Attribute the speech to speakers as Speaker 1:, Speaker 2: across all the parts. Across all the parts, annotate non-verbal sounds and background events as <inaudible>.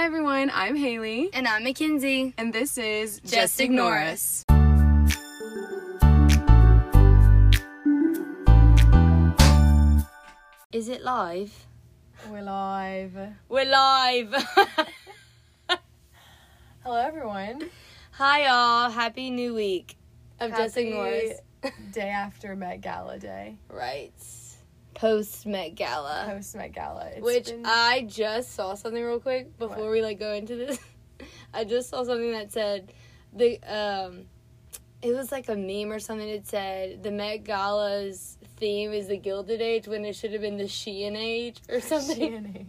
Speaker 1: And I'm Haley.
Speaker 2: And I'm Mackenzie.
Speaker 1: And this is Just,
Speaker 2: Ignore
Speaker 1: Us.
Speaker 2: Is it live?
Speaker 1: We're live.
Speaker 2: We're live!
Speaker 1: Hello, everyone.
Speaker 2: <laughs> Hi, y'all. Happy New Week of Just
Speaker 1: Happy
Speaker 2: Ignore Us.
Speaker 1: <laughs> Day after Met Gala Day,
Speaker 2: Right. Post Met Gala.
Speaker 1: post Met Gala. It's
Speaker 2: Uh, which uh,
Speaker 1: been-
Speaker 2: I just saw something real quick before
Speaker 1: What?
Speaker 2: we like go into this. <laughs> I just saw something that said the um it was like a meme or something that said the Met Gala's theme is the Gilded Age when it should have been the Sheehan Age
Speaker 1: <laughs>
Speaker 2: or something. <laughs>
Speaker 1: Shannon.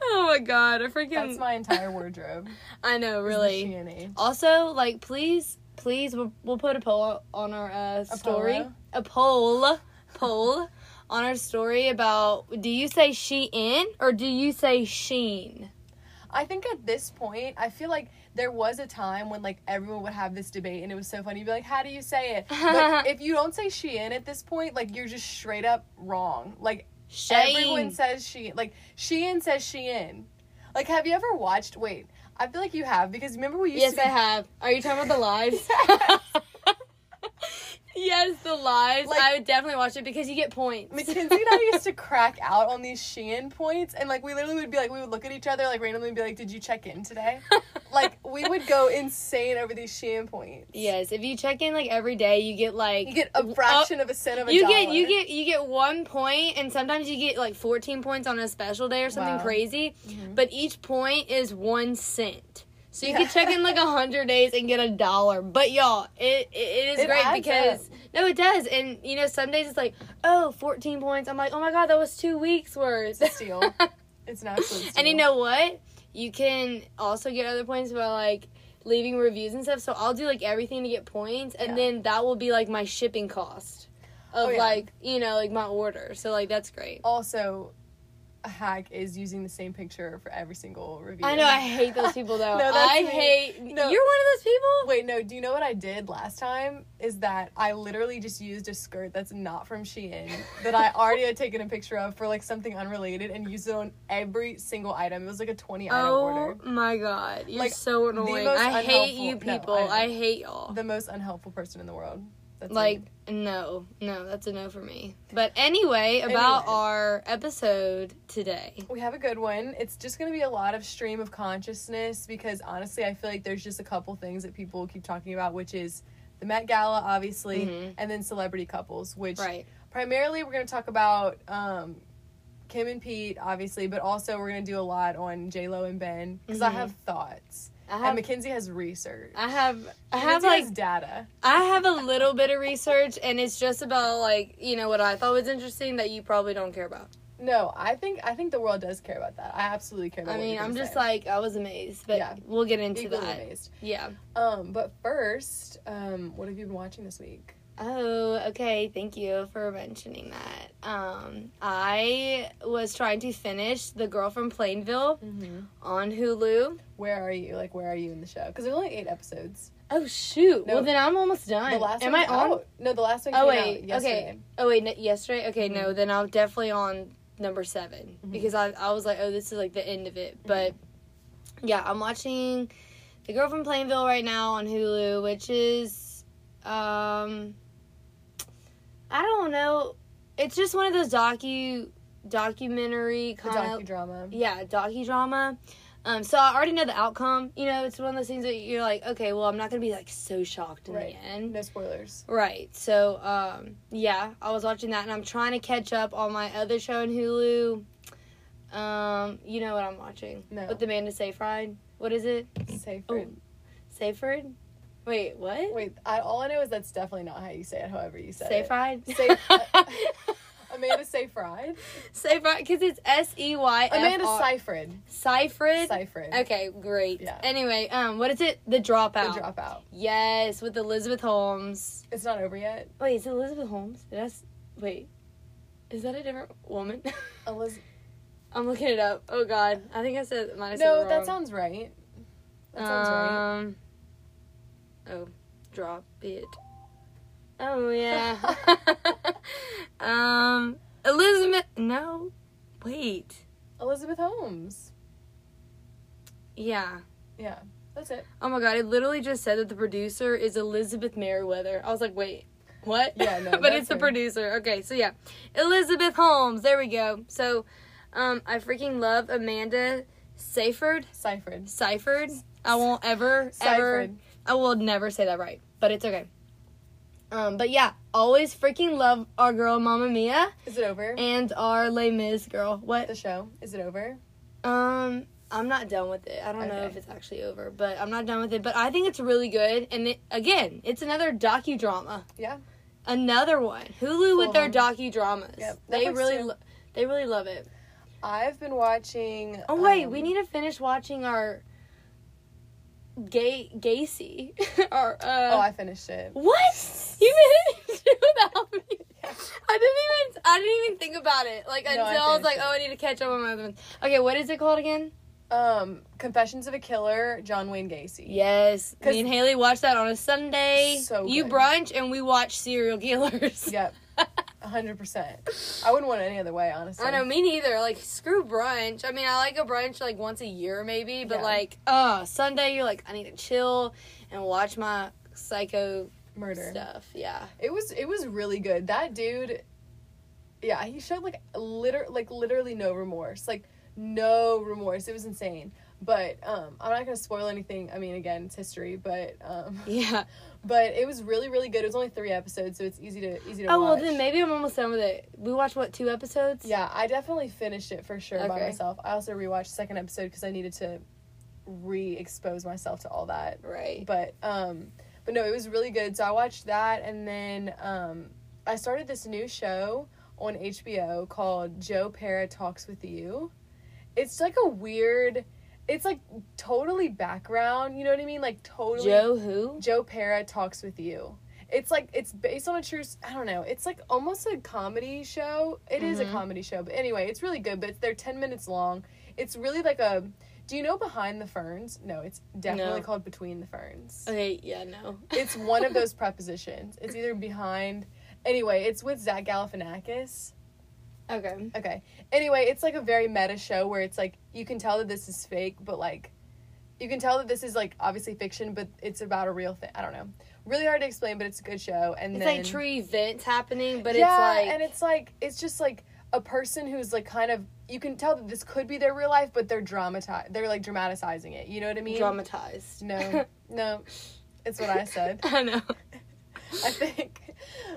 Speaker 2: oh my god, I freaking
Speaker 1: That's my entire wardrobe.
Speaker 2: I know, really.
Speaker 1: Shannon.
Speaker 2: Also, like please, please we'll, we'll put a poll on our uh story.
Speaker 1: polo?
Speaker 2: A poll. Poll on our story about do you say she in or do you say sheen?
Speaker 1: I think at this point, I feel like there was a time when like everyone would have this debate, and it was so funny. You'd be like, "How do you say it?"
Speaker 2: <laughs>
Speaker 1: But if you don't say "Shein" at this point, like you're just straight up wrong. Like
Speaker 2: Shane.
Speaker 1: Everyone says she like Shein says Shein. Like, have you ever watched? Wait, I feel like you have because remember we used
Speaker 2: yes,
Speaker 1: to.
Speaker 2: I have. Are you talking about
Speaker 1: <laughs>
Speaker 2: the lives? yes, the lives.
Speaker 1: Like-
Speaker 2: I would definitely watch it because you get points.
Speaker 1: Mackenzie and I used to
Speaker 2: <laughs>
Speaker 1: crack out on these Shein points, and like we literally would be like, we would look at each other like randomly and be like, "Did you check in today?"
Speaker 2: <laughs>
Speaker 1: like we would go insane over these Shein points.
Speaker 2: Yes, if you check in like every day, you get like
Speaker 1: You get a fraction of a cent of a
Speaker 2: Oh, you
Speaker 1: dollar.
Speaker 2: get you get you get one point, and sometimes you get like fourteen points on a special day or something
Speaker 1: Wow.
Speaker 2: crazy.
Speaker 1: Mm-hmm.
Speaker 2: But each point is one cent, so you
Speaker 1: Yeah.
Speaker 2: could check
Speaker 1: <laughs>
Speaker 2: in like a hundred days and get a dollar. But y'all, it it, it is
Speaker 1: It adds
Speaker 2: great because no, it does, and you know some days it's like oh 14 points. I'm like oh my god, that was two weeks
Speaker 1: It's
Speaker 2: worth.
Speaker 1: a steal.
Speaker 2: <laughs>
Speaker 1: It's an absolute steal.
Speaker 2: And you know what? You can also get other points by like leaving reviews and stuff. So I'll do like everything to get points, and
Speaker 1: Yeah.
Speaker 2: then that will be like my shipping cost of
Speaker 1: Oh, yeah.
Speaker 2: like you know like my order. So like that's great.
Speaker 1: Also, a hack is using the same picture for every single review.
Speaker 2: I know I hate those people
Speaker 1: <laughs>
Speaker 2: though.
Speaker 1: No, that's
Speaker 2: I
Speaker 1: me.
Speaker 2: hate
Speaker 1: No.
Speaker 2: you're one of those people.
Speaker 1: Wait, no, do you know what I did last time? Is that I literally just used a skirt that's not from Shein that I already had taken a picture of for like something unrelated and used it on every single item. It was like a 20 item
Speaker 2: Oh
Speaker 1: order.
Speaker 2: my god, you're
Speaker 1: Like,
Speaker 2: so
Speaker 1: the
Speaker 2: annoying.
Speaker 1: most
Speaker 2: I hate you
Speaker 1: unhelpful- no,
Speaker 2: people.
Speaker 1: I know.
Speaker 2: I, hate y'all.
Speaker 1: The most unhelpful person in the world. That's
Speaker 2: like
Speaker 1: me.
Speaker 2: no, no, that's a no for me. But anyway, about
Speaker 1: Anyway.
Speaker 2: our episode today.
Speaker 1: we have a good one. It's just going to be a lot of stream of consciousness because honestly, I feel like there's just a couple things that people keep talking about, which is the Met Gala, obviously,
Speaker 2: Mhm.
Speaker 1: and then celebrity couples, which
Speaker 2: Right.
Speaker 1: primarily we're going to talk about um, Kim and Pete, obviously, but also we're going to do a lot on J Lo and Ben because
Speaker 2: Mhm.
Speaker 1: I have thoughts
Speaker 2: I
Speaker 1: and
Speaker 2: have
Speaker 1: Mackenzie has research.
Speaker 2: I have I have
Speaker 1: Mackenzie
Speaker 2: like
Speaker 1: has data.
Speaker 2: I have a little bit of research and it's just about like, you know, what I thought was interesting that you probably don't care about.
Speaker 1: No, I think I think the world does care about that. I absolutely care. about
Speaker 2: I
Speaker 1: what
Speaker 2: mean,
Speaker 1: you're
Speaker 2: I'm
Speaker 1: gonna
Speaker 2: just
Speaker 1: say.
Speaker 2: like I was amazed, but
Speaker 1: Yeah.
Speaker 2: we'll get into
Speaker 1: equally
Speaker 2: that.
Speaker 1: amazed.
Speaker 2: Yeah.
Speaker 1: Um, but first, um, what have you been watching this week?
Speaker 2: Oh, okay. Thank you for mentioning that. Um, I was trying to finish The Girl from Plainville
Speaker 1: Mm-hmm.
Speaker 2: on Hulu.
Speaker 1: Where are you? Like, where are you in the show? Because there's only eight episodes.
Speaker 2: Oh shoot.
Speaker 1: No.
Speaker 2: Well, then I'm almost done.
Speaker 1: The last
Speaker 2: Am I
Speaker 1: one's
Speaker 2: on?
Speaker 1: out. No, the last one
Speaker 2: Oh,
Speaker 1: came
Speaker 2: wait, okay.
Speaker 1: out yesterday.
Speaker 2: Oh wait, n- yesterday. Okay, no,
Speaker 1: Mhm.
Speaker 2: then I'm definitely on number 7
Speaker 1: Mhm.
Speaker 2: because I I was like, oh, this is like the end of it.
Speaker 1: Mm-hmm.
Speaker 2: But yeah, I'm watching The Girl from Plainville right now on Hulu, which is um I don't know. It's just one of those docu documentary
Speaker 1: The
Speaker 2: kind of
Speaker 1: docudrama.
Speaker 2: yeah docudrama um so i already know the outcome you know it's one of those things that you're like okay well i'm not gonna be like so shocked in
Speaker 1: Right.
Speaker 2: the end
Speaker 1: No spoilers.
Speaker 2: Right. So, um, yeah, I was watching that, and I'm trying to catch up on my other show on Hulu. Um, you know what I'm watching
Speaker 1: No.
Speaker 2: with Amanda Seyfried. What is it?
Speaker 1: Safe.
Speaker 2: Oh, Seyfried? Wait, what?
Speaker 1: Wait, I, all I know is that's definitely not how you say it. However you say it.
Speaker 2: <laughs> Seyfried.
Speaker 1: Sey- Amanda
Speaker 2: <laughs>
Speaker 1: Seyfried.
Speaker 2: Seyfried, because it's S E Y.
Speaker 1: Amanda Seyfried.
Speaker 2: Seyfried.
Speaker 1: Seyfried.
Speaker 2: Okay, great.
Speaker 1: Yeah.
Speaker 2: Anyway, um, what is it?
Speaker 1: The
Speaker 2: The dropout.
Speaker 1: dropout.
Speaker 2: Yes, with Elizabeth Holmes.
Speaker 1: It's not over yet.
Speaker 2: Wait, is it Elizabeth Holmes? Did I s- wait? Is that a different <laughs> woman?
Speaker 1: Eliz-
Speaker 2: I'm looking it up. Oh God, I think I said might have said
Speaker 1: no,
Speaker 2: it
Speaker 1: that
Speaker 2: wrong.
Speaker 1: sounds right. That sounds right.
Speaker 2: um, Oh, drop it.
Speaker 1: <laughs>
Speaker 2: Oh yeah. um, Elizabeth. No, wait.
Speaker 1: Elizabeth Holmes.
Speaker 2: Yeah.
Speaker 1: Yeah, that's it.
Speaker 2: Oh my god, it literally just said that the producer is Elizabeth Merriweather. I was like, wait, what?
Speaker 1: Yeah,
Speaker 2: <laughs>
Speaker 1: no,
Speaker 2: but
Speaker 1: that's
Speaker 2: it's the
Speaker 1: her.
Speaker 2: producer. Okay, so yeah. Elizabeth Holmes. There we go. So um I freaking love Amanda Seyfried.
Speaker 1: Ciphered.
Speaker 2: Seyfried. I won't ever ever
Speaker 1: Ciphered.
Speaker 2: I will never say that right, but it's okay. Um, but yeah, always freaking love our girl Mama Mia
Speaker 1: Is it over?
Speaker 2: and our Les Mis girl. What?
Speaker 1: the show. Is it over?
Speaker 2: Um, I'm not done with it. I don't know
Speaker 1: Okay.
Speaker 2: if it's actually over, but I'm not done with it. But I think it's really good. And it, again, it's another docudrama.
Speaker 1: Yeah.
Speaker 2: Another one. Hulu with
Speaker 1: of
Speaker 2: their
Speaker 1: them.
Speaker 2: docudramas.
Speaker 1: Yep.
Speaker 2: They
Speaker 1: Netflix
Speaker 2: really,
Speaker 1: too.
Speaker 2: lo- they really love it.
Speaker 1: I've been watching.
Speaker 2: Oh wait,
Speaker 1: um,
Speaker 2: we need to finish watching our gay Gacy. <laughs> our uh,
Speaker 1: Oh, I finished it.
Speaker 2: what? You didn't <laughs> do without me.
Speaker 1: Yes.
Speaker 2: I didn't even. I didn't even think about it. Like
Speaker 1: No, I
Speaker 2: until I, was
Speaker 1: finished
Speaker 2: like,
Speaker 1: it.
Speaker 2: oh, I need to catch up on my other ones. Okay, what is it called again?
Speaker 1: Um, Confessions of a Killer, John Wayne Gacy.
Speaker 2: Yes,
Speaker 1: 'Cause-
Speaker 2: me and Haley watched that on a Sunday.
Speaker 1: So
Speaker 2: you
Speaker 1: good.
Speaker 2: brunch and we watch serial killers. <laughs>
Speaker 1: Yep. hundred percent. I wouldn't want it any other way, honestly.
Speaker 2: I know me neither. Like screw brunch. I mean, I like a brunch like once a year maybe, but
Speaker 1: Yeah.
Speaker 2: like uh Sunday you're like I need to chill and watch my psycho
Speaker 1: Murder.
Speaker 2: stuff. Yeah.
Speaker 1: It was it was really good. That dude Yeah, he showed like liter like literally no remorse. Like no remorse. It was insane. But um I'm not gonna spoil anything. I mean again, it's history, but um <laughs>
Speaker 2: Yeah.
Speaker 1: but it was really, really good. It was only three episodes, so it's easy to easy to
Speaker 2: Oh well
Speaker 1: watch.
Speaker 2: then maybe I'm almost done with it. We watched what two episodes?
Speaker 1: Yeah, I definitely finished it for sure by
Speaker 2: Okay.
Speaker 1: myself. I also rewatched the second episode because I needed to re-expose myself to all that.
Speaker 2: Right.
Speaker 1: But um, but no, it was really good. So I watched that, and then um, I started this new show on HBO called Joe Para Talks with You. It's like a weird. It's like totally background. You know what I mean? Like totally.
Speaker 2: Joe who?
Speaker 1: Joe Para talks with you. It's like it's based on a true. s- I don't know. It's like almost a comedy show. It is
Speaker 2: Mhm.
Speaker 1: a comedy show, but anyway, it's really good. But they're ten minutes long. It's really like a. Do you know Behind the Ferns? No, it's definitely
Speaker 2: No.
Speaker 1: called Between the Ferns.
Speaker 2: Okay, yeah, no.
Speaker 1: It's one
Speaker 2: <laughs>
Speaker 1: of those prepositions. It's either behind. Anyway, it's with Zach Galifianakis.
Speaker 2: Okay.
Speaker 1: Okay. Anyway, it's like a very meta show where it's like you can tell that this is fake, but like you can tell that this is like obviously fiction, but it's about a real thing. I don't know. Really hard to explain, but it's a good show. And
Speaker 2: It's
Speaker 1: then,
Speaker 2: like true events happening, but
Speaker 1: yeah,
Speaker 2: it's like
Speaker 1: and it's like it's just like a person who's like kind of you can tell that this could be their real life, but they're dramatize they're like dramatizing it. You know what I mean?
Speaker 2: dramatized. <laughs>
Speaker 1: no, no, it's what I said.
Speaker 2: I know.
Speaker 1: I think.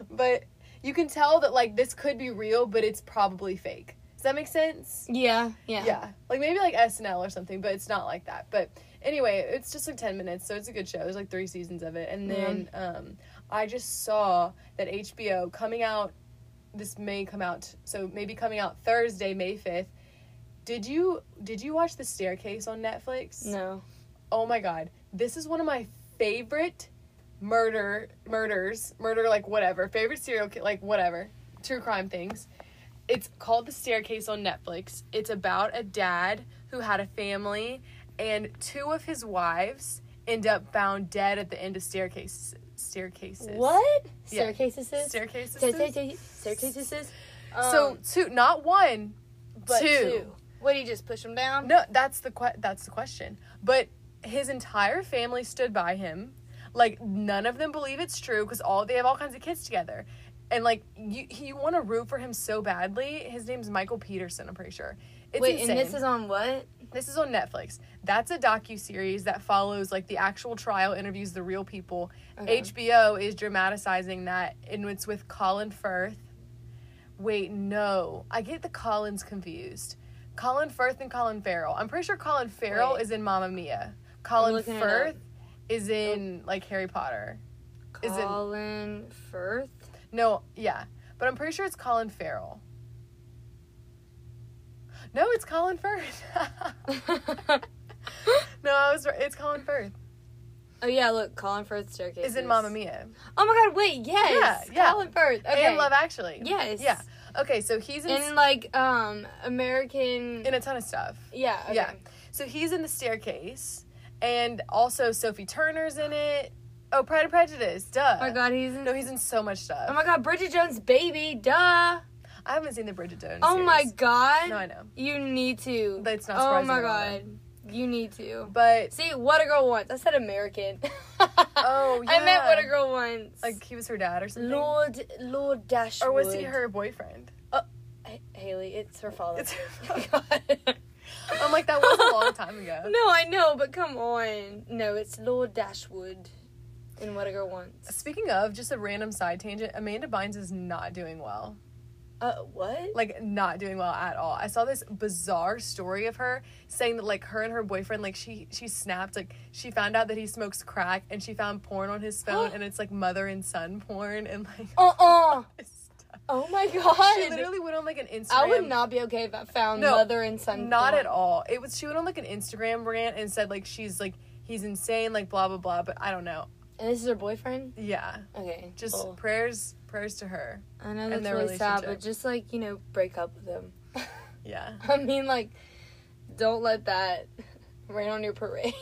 Speaker 1: But you can tell that like this could be real, but it's probably fake. Does that make sense?
Speaker 2: Yeah, yeah.
Speaker 1: Yeah. Like maybe like SNL or something, but it's not like that. But anyway, it's just like 10 minutes, so it's a good show. There's like three seasons of it. And
Speaker 2: Mm-hmm.
Speaker 1: then um, I just saw that HBO coming out, this may come out, so maybe coming out Thursday, May 5th. Did you did you watch The Staircase on Netflix?
Speaker 2: No.
Speaker 1: Oh my god, this is one of my favorite murder murders, murder like whatever, favorite serial ki- like whatever, true crime things. It's called The Staircase on Netflix. It's about a dad who had a family and two of his wives end up found dead at the end of staircases staircases.
Speaker 2: What?
Speaker 1: Yeah.
Speaker 2: Staircases?
Speaker 1: Staircases.
Speaker 2: Staircases? Um,
Speaker 1: so two not one,
Speaker 2: but
Speaker 1: two.
Speaker 2: What do you just push them down?
Speaker 1: No, that's the que- that's the question. But his entire family stood by him. Like none of them believe it's true because all they have all kinds of kids together, and like you you want to root for him so badly. His name's Michael Peterson. I'm pretty sure. It's
Speaker 2: Wait,
Speaker 1: insane.
Speaker 2: and this is on what?
Speaker 1: This is on Netflix. That's a docu series that follows like the actual trial, interviews the real people.
Speaker 2: Okay.
Speaker 1: HBO is dramatizing that, and it's with Colin Firth. Wait, no, I get the Collins confused. Colin Firth and Colin Farrell. I'm pretty sure Colin Farrell
Speaker 2: Wait.
Speaker 1: is in Mamma Mia. Colin
Speaker 2: looking it
Speaker 1: Firth is in like Harry Potter. Is it-
Speaker 2: Colin Firth?
Speaker 1: <laughs>
Speaker 2: <laughs>
Speaker 1: No, yeah, but I'm pretty sure it's Colin Farrell. No, it's Colin Firth. <laughs> no, I was. right. It's Colin Firth.
Speaker 2: oh, yeah, look. Colin Firth staircase.
Speaker 1: is in Mamma Mia
Speaker 2: Oh, my God. Wait, yes.
Speaker 1: Yeah, yeah.
Speaker 2: Colin Firth. Okay.
Speaker 1: and Love Actually.
Speaker 2: Yes.
Speaker 1: Yeah. Okay, so he's in
Speaker 2: In, like, um, American.
Speaker 1: in a ton of stuff.
Speaker 2: yeah. Okay.
Speaker 1: Yeah. So he's in the staircase, and also Sophie Turner's in it. Oh, Pride and Prejudice. Duh.
Speaker 2: Oh, my God. He's in.
Speaker 1: No, he's in so much stuff.
Speaker 2: oh, my God. Bridget Jones' baby. Duh.
Speaker 1: I haven't seen the Bridget Jones.
Speaker 2: Oh, my
Speaker 1: series.
Speaker 2: God.
Speaker 1: No, I know.
Speaker 2: You need to.
Speaker 1: That's not
Speaker 2: Oh
Speaker 1: surprising
Speaker 2: my
Speaker 1: at all.
Speaker 2: god. You need to.
Speaker 1: But
Speaker 2: See, what a girl wants. I said American. <laughs>
Speaker 1: Oh,
Speaker 2: I meant what a
Speaker 1: yeah.
Speaker 2: girl wants.
Speaker 1: like he was her dad or something.
Speaker 2: Lord Lord Dashwood.
Speaker 1: or was he her boyfriend? <laughs>
Speaker 2: H- Haley, it's her father. <laughs>
Speaker 1: It's her
Speaker 2: God.
Speaker 1: I'm like that was a long time <laughs> ago.
Speaker 2: No, I know, but come on. No, it's Lord Dashwood in What a Girl Wants.
Speaker 1: Speaking of, just a random side tangent. Amanda Bynes is not doing well.
Speaker 2: Uh, what?
Speaker 1: Like not doing well at all. I saw this bizarre story of her saying that like her and her boyfriend like she she snapped like she found out that he smokes crack and she found porn on his
Speaker 2: <gasps>
Speaker 1: phone and it's like mother and son porn and like <laughs>
Speaker 2: Uh uh
Speaker 1: this stuff.
Speaker 2: Oh my
Speaker 1: She
Speaker 2: god.
Speaker 1: literally went on like an Instagram.
Speaker 2: I would not be okay if I found
Speaker 1: No,
Speaker 2: mother and son.
Speaker 1: Not at
Speaker 2: porn.
Speaker 1: all. It was she went on like an Instagram rant and said like she's like he's insane like blah blah blah. But I don't know.
Speaker 2: And this is her boyfriend?
Speaker 1: Yeah,
Speaker 2: Okay.
Speaker 1: just
Speaker 2: well,
Speaker 1: prayers prayers to her.
Speaker 2: I know
Speaker 1: and
Speaker 2: that's
Speaker 1: their
Speaker 2: really sad,
Speaker 1: relationship.
Speaker 2: but just like, you know, break up with him. <laughs>
Speaker 1: Yeah.
Speaker 2: I mean, like, don't let that rain on your parade.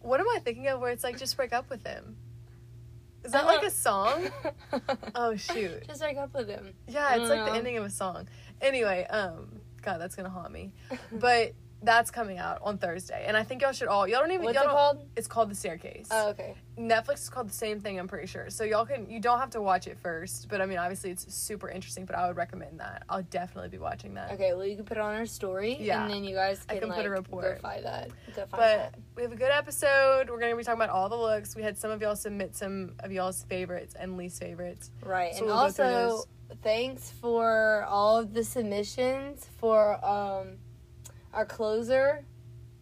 Speaker 1: What am I thinking of? Where it's like just break up with him. Is that
Speaker 2: I
Speaker 1: like
Speaker 2: don't-
Speaker 1: a
Speaker 2: <laughs>
Speaker 1: song? Oh shoot.
Speaker 2: Just break up with him.
Speaker 1: Yeah, it's like the
Speaker 2: Yeah.
Speaker 1: ending of a song. Anyway, um, God, that's gonna haunt me.
Speaker 2: Hmm. <laughs>
Speaker 1: But that's coming out on Thursday, and I think y'all should all y'all don't even
Speaker 2: What's
Speaker 1: y'all
Speaker 2: it
Speaker 1: don't-
Speaker 2: called?
Speaker 1: It's called The Staircase.
Speaker 2: Oh, okay.
Speaker 1: Netflix is called the same thing, I'm pretty sure. So y'all can you don't have to watch it first, but I mean obviously it's super interesting, but I would recommend that. I'll definitely be watching that.
Speaker 2: Okay, well, you can put it on our story,
Speaker 1: Yeah.
Speaker 2: and then you guys
Speaker 1: I
Speaker 2: can,
Speaker 1: can
Speaker 2: like,
Speaker 1: put a report.
Speaker 2: go find that. Go find
Speaker 1: But
Speaker 2: that.
Speaker 1: we have a good episode. We're gonna be talking about all the looks. We had some of y'all submit some of y'all's favorites and least favorites.
Speaker 2: Right,
Speaker 1: so
Speaker 2: and
Speaker 1: we'll go through
Speaker 2: also, thanks for all of the submissions for um our closer.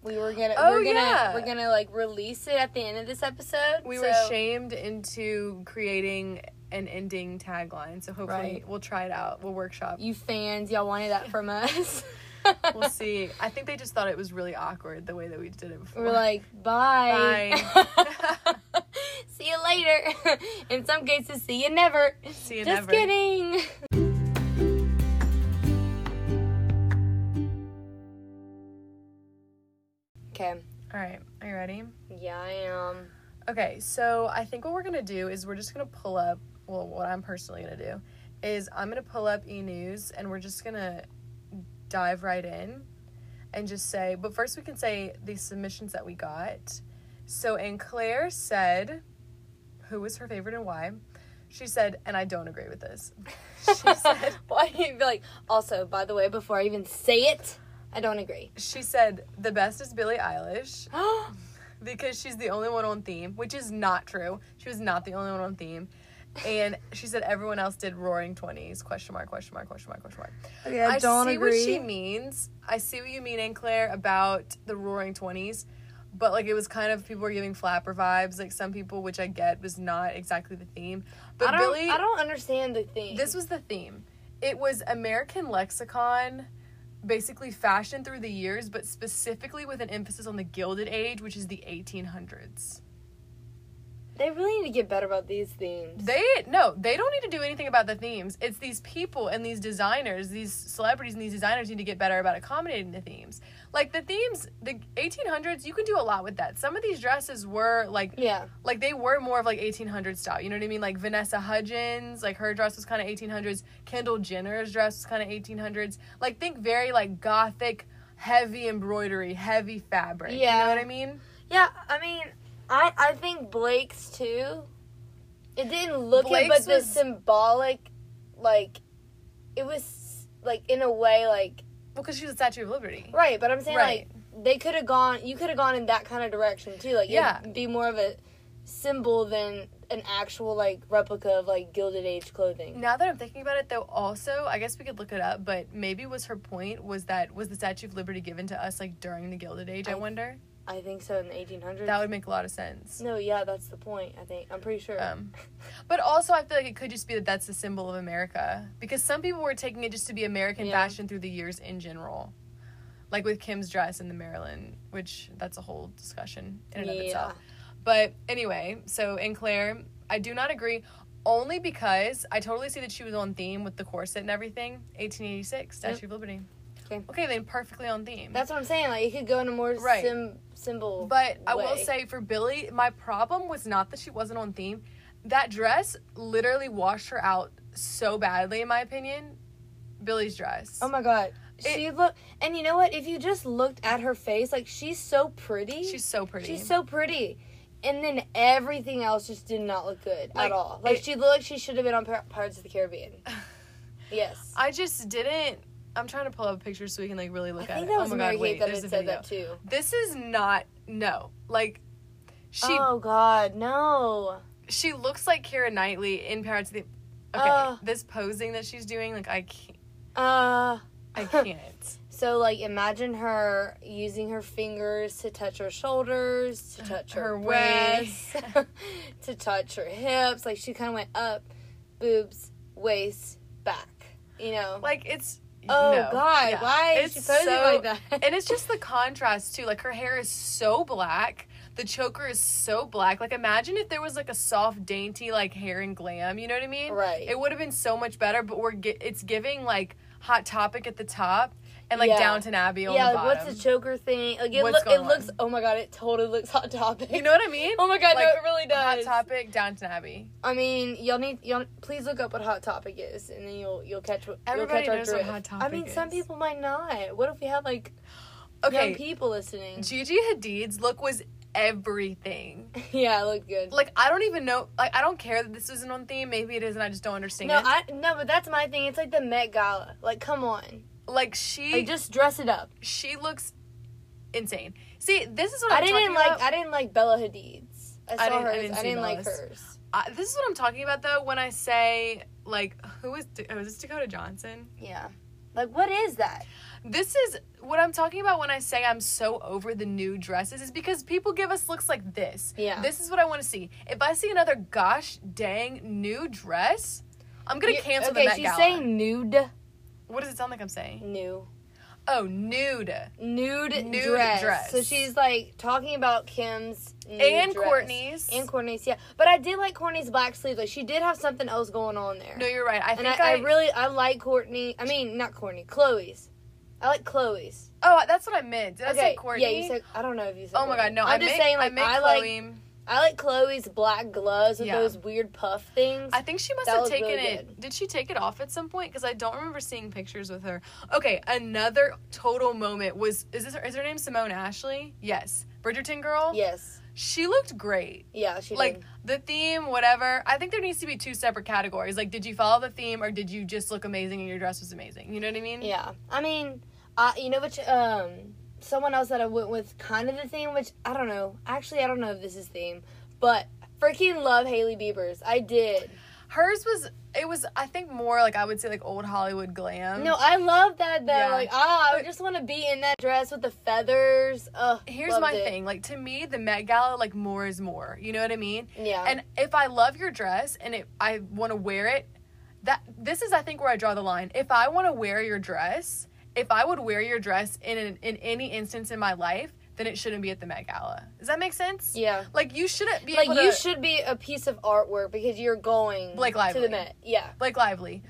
Speaker 2: We were gonna,
Speaker 1: Oh,
Speaker 2: we're gonna,
Speaker 1: yeah.
Speaker 2: we're gonna like release it at the end of this episode.
Speaker 1: We
Speaker 2: so-
Speaker 1: were shamed into creating an ending tagline, so hopefully
Speaker 2: Right.
Speaker 1: we'll try it out. We'll workshop.
Speaker 2: You fans, y'all wanted that from us. <laughs>
Speaker 1: We'll see. I think they just thought it was really awkward the way that we did it before.
Speaker 2: We're like, bye.
Speaker 1: Bye.
Speaker 2: <laughs> see you later. <laughs> In some cases, see you never.
Speaker 1: see you
Speaker 2: Just
Speaker 1: never.
Speaker 2: kidding. <laughs> Okay.
Speaker 1: All right, are you ready?
Speaker 2: Yeah, I am.
Speaker 1: Okay, so I think what we're gonna do is we're just gonna pull up. Well, what I'm personally gonna do is I'm gonna pull up e news and we're just gonna dive right in and just say. But first, we can say the submissions that we got. So, and Claire said, "Who was her favorite and why?" She said, and I don't agree with this. She
Speaker 2: <laughs>
Speaker 1: said,
Speaker 2: Why do you feel like? Also, by the way, before I even say it, I don't <gasps> agree.
Speaker 1: she said the best is Billie Eilish
Speaker 2: oh
Speaker 1: because she's the only one on theme, which is not true. She was not the only one on theme. And she said everyone else did roaring twenties. Question mark, question mark, question mark, question mark.
Speaker 2: Okay, I don't
Speaker 1: see
Speaker 2: agree.
Speaker 1: what she means. I see what you mean, Aunt Claire, about the roaring twenties. But like it was kind of people were giving flapper vibes, like some people, which I get was not exactly the theme. But
Speaker 2: I don't,
Speaker 1: Billy
Speaker 2: I don't understand the thing.
Speaker 1: this was the theme. It was American lexicon, basically fashioned through the years, but specifically with an emphasis on the Gilded Age, which is the 1800s.
Speaker 2: they really need to get better about these themes.
Speaker 1: They no, they don't need to do anything about the themes. It's these people and these designers, these celebrities and these designers need to get better about accommodating the themes. Like the themes, the 1800s, you can do a lot with that. Some of these dresses were like
Speaker 2: yeah.
Speaker 1: like they were more of like 1800s style. You know what I mean? Like Vanessa Hudgens, like her dress was kind of 1800s. Kendall Jenner's dress was kind of 1800s. Like think very like gothic, heavy embroidery, heavy fabric. You
Speaker 2: Yeah.
Speaker 1: know what I mean?
Speaker 2: Yeah, I mean, I I think Blake's too. It didn't look it, but
Speaker 1: Blake's
Speaker 2: the
Speaker 1: was-
Speaker 2: symbolic, like, it was like in a way like
Speaker 1: Well, because she was a Statue of Liberty.
Speaker 2: right. But I'm saying
Speaker 1: Right.
Speaker 2: like they could have gone. You could have gone in that kind of direction too. Like, it'd
Speaker 1: Yeah.
Speaker 2: be more of a symbol than an actual like replica of like Gilded Age clothing.
Speaker 1: Now that I'm thinking about it, though, also I guess we could look it up, but maybe was her point was that was the Statue of Liberty given to us like during the Gilded Age? I,
Speaker 2: I-
Speaker 1: wonder.
Speaker 2: I think so in the 1800s.
Speaker 1: That would make a lot of sense.
Speaker 2: no, yeah, that's the point. I think I'm pretty sure.
Speaker 1: Um, but also, I feel like it could just be that that's the symbol of America because some people were taking it just to be American
Speaker 2: Yeah.
Speaker 1: fashion through the years in general, like with Kim's dress and the Maryland, which that's a whole discussion in and of itself. But anyway, so in Claire, I do not agree only because I totally see that she was on theme with the corset and everything. 1886, Statue of Liberty.
Speaker 2: Okay.
Speaker 1: Okay, then perfectly on theme.
Speaker 2: That's what I'm saying. Like, it could go in a more
Speaker 1: Right.
Speaker 2: sim- symbol.
Speaker 1: But I will
Speaker 2: way.
Speaker 1: say for Billy, my problem was not that she wasn't on theme. That dress literally washed her out so badly, in my opinion. Billy's dress.
Speaker 2: Oh my god. she look and you know what? If you just looked at her face, like she's so pretty.
Speaker 1: She's so pretty.
Speaker 2: She's so pretty. And then everything else just did not look good
Speaker 1: Like,
Speaker 2: at all. Like
Speaker 1: it-
Speaker 2: she looked like she should have been on Par- Pirates of the Caribbean. Yes.
Speaker 1: <laughs> I just didn't. I'm trying to pull up pictures so we can like really
Speaker 2: I
Speaker 1: look at
Speaker 2: think
Speaker 1: it.
Speaker 2: that was
Speaker 1: oh my
Speaker 2: Mary
Speaker 1: god, wait,
Speaker 2: Kate that
Speaker 1: there's
Speaker 2: had
Speaker 1: a
Speaker 2: said
Speaker 1: video.
Speaker 2: that too.
Speaker 1: This is not no. Like she
Speaker 2: oh God, no.
Speaker 1: she looks like Kira Knightley in Pirates of the Okay,
Speaker 2: Uh.
Speaker 1: this posing that she's doing, like I can't
Speaker 2: Uh. <laughs>
Speaker 1: I can't.
Speaker 2: So like imagine her using her fingers to touch her shoulders, to touch her,
Speaker 1: Uh, Her
Speaker 2: breasts, <laughs> to touch her hips. Like she kind of went up, boobs, waist, back. You know.
Speaker 1: like it's
Speaker 2: oh
Speaker 1: no.
Speaker 2: God,
Speaker 1: Yeah.
Speaker 2: why is she
Speaker 1: It's
Speaker 2: posing
Speaker 1: so-
Speaker 2: like that?
Speaker 1: <laughs> And it's just
Speaker 2: <laughs>
Speaker 1: the contrast too. Like her hair is so black. The choker is so black. Like imagine if there was like a soft, dainty like hair and glam. You know what I mean?
Speaker 2: right.
Speaker 1: It would have been so much better. But we're gi- it's giving like hot topic at the top and like
Speaker 2: Yeah.
Speaker 1: Downton Abbey on
Speaker 2: yeah,
Speaker 1: the
Speaker 2: like,
Speaker 1: bottom.
Speaker 2: what's the choker thing? Like it,
Speaker 1: What's
Speaker 2: look it
Speaker 1: going
Speaker 2: looks. Oh my god, it totally looks hot topic.
Speaker 1: you know what I mean?
Speaker 2: <laughs> Oh my god,
Speaker 1: Like,
Speaker 2: no, it really
Speaker 1: Hot
Speaker 2: does.
Speaker 1: topic, Downton Abbey.
Speaker 2: I mean, y'all need y'all please look up what Hot Topic is, and then you'll you'll catch what
Speaker 1: Everybody
Speaker 2: you'll catch our
Speaker 1: knows what
Speaker 2: drift.
Speaker 1: Hot
Speaker 2: I
Speaker 1: Topic
Speaker 2: mean, some
Speaker 1: is.
Speaker 2: people might not. What if we have like young
Speaker 1: Okay,
Speaker 2: people listening?
Speaker 1: Gigi Hadid's look was everything.
Speaker 2: <laughs> yeah, it looked good.
Speaker 1: Like I don't even know. Like I don't care that this isn't on theme. Maybe it is, and I just don't understand.
Speaker 2: No, I no, but that's my thing. It's like the Met Gala. Like, come on,
Speaker 1: like she
Speaker 2: like just dress it up.
Speaker 1: she looks insane. See, this is what
Speaker 2: I
Speaker 1: I'm
Speaker 2: didn't
Speaker 1: talking
Speaker 2: like.
Speaker 1: about.
Speaker 2: I didn't like Bella Hadid's. I saw
Speaker 1: I didn't- I
Speaker 2: hers. I
Speaker 1: didn't
Speaker 2: didn't,
Speaker 1: see
Speaker 2: like
Speaker 1: Bella's.
Speaker 2: hers.
Speaker 1: I- this is what I'm talking about though when I say like who is Da- oh, is this Dakota Johnson?
Speaker 2: Yeah, like what is that?
Speaker 1: This is what I'm talking about when I say I'm so over the new dresses is because people give us looks like this.
Speaker 2: Yeah.
Speaker 1: This is what I want to see. If I see another gosh dang new dress, I'm gonna
Speaker 2: You-
Speaker 1: cancel
Speaker 2: okay,
Speaker 1: the Met
Speaker 2: she's
Speaker 1: Gala.
Speaker 2: saying nude,
Speaker 1: what does it sound like I'm saying?
Speaker 2: new,
Speaker 1: Oh, nude.
Speaker 2: nude,
Speaker 1: Nude
Speaker 2: dress.
Speaker 1: dress.
Speaker 2: So she's like talking about Kim's nude
Speaker 1: and
Speaker 2: dress.
Speaker 1: Courtney's.
Speaker 2: and Courtney's. Yeah, but I did like Courtney's black sleeve. Like she did have something else going on there.
Speaker 1: no, you're right. I
Speaker 2: and
Speaker 1: think
Speaker 2: I, I, really I like Courtney. I mean, not Courtney, Chloe's. I like Chloe's.
Speaker 1: Oh, that's what I meant. Did I say Courtney?
Speaker 2: Yeah, you said. I don't know if you said.
Speaker 1: Oh my god, no!
Speaker 2: Courtney. I'm
Speaker 1: I
Speaker 2: just
Speaker 1: meant-
Speaker 2: saying, like
Speaker 1: I,
Speaker 2: I,
Speaker 1: meant
Speaker 2: like
Speaker 1: Chloe.
Speaker 2: I like Chloe's black gloves with
Speaker 1: Yeah.
Speaker 2: those weird puff things.
Speaker 1: I think she must
Speaker 2: That
Speaker 1: have
Speaker 2: was
Speaker 1: taken
Speaker 2: really
Speaker 1: it. Did she take it off at some point? Because I don't remember seeing pictures with her. Okay, another total moment was is this her, is her name Simone Ashley? Yes, Bridgerton girl.
Speaker 2: yes.
Speaker 1: she looked great.
Speaker 2: Yeah, she
Speaker 1: Like
Speaker 2: did.
Speaker 1: the theme, whatever. I think there needs to be two separate categories. Like, did you follow the theme or did you just look amazing and your dress was amazing? You know what I mean?
Speaker 2: Yeah, I mean, I you know which um someone else that I went with kind of the theme, which I don't know. Actually, I don't know if this is theme, but freaking love Haley Bieber's. I did.
Speaker 1: Hers was. It was. I think more like I would say like old Hollywood glam.
Speaker 2: No, I love that though.
Speaker 1: Yeah.
Speaker 2: Like, ah, I
Speaker 1: But-
Speaker 2: just want to be in that dress with the feathers. Ugh,
Speaker 1: Here's
Speaker 2: loved
Speaker 1: my
Speaker 2: it.
Speaker 1: thing. Like to me, the Met Gala, like more is more. You know what I mean?
Speaker 2: Yeah,
Speaker 1: And if I love your dress and it, I want to wear it, that this is I think where I draw the line. If I want to wear your dress, if I would wear your dress in an, in any instance in my life, then it shouldn't be at the Met Gala. Does that make sense?
Speaker 2: yeah.
Speaker 1: Like you shouldn't be
Speaker 2: Like
Speaker 1: able
Speaker 2: you
Speaker 1: to
Speaker 2: should be a piece of artwork because you're going
Speaker 1: Blake
Speaker 2: to
Speaker 1: Lively.
Speaker 2: the Met. Yeah,
Speaker 1: Blake Lively,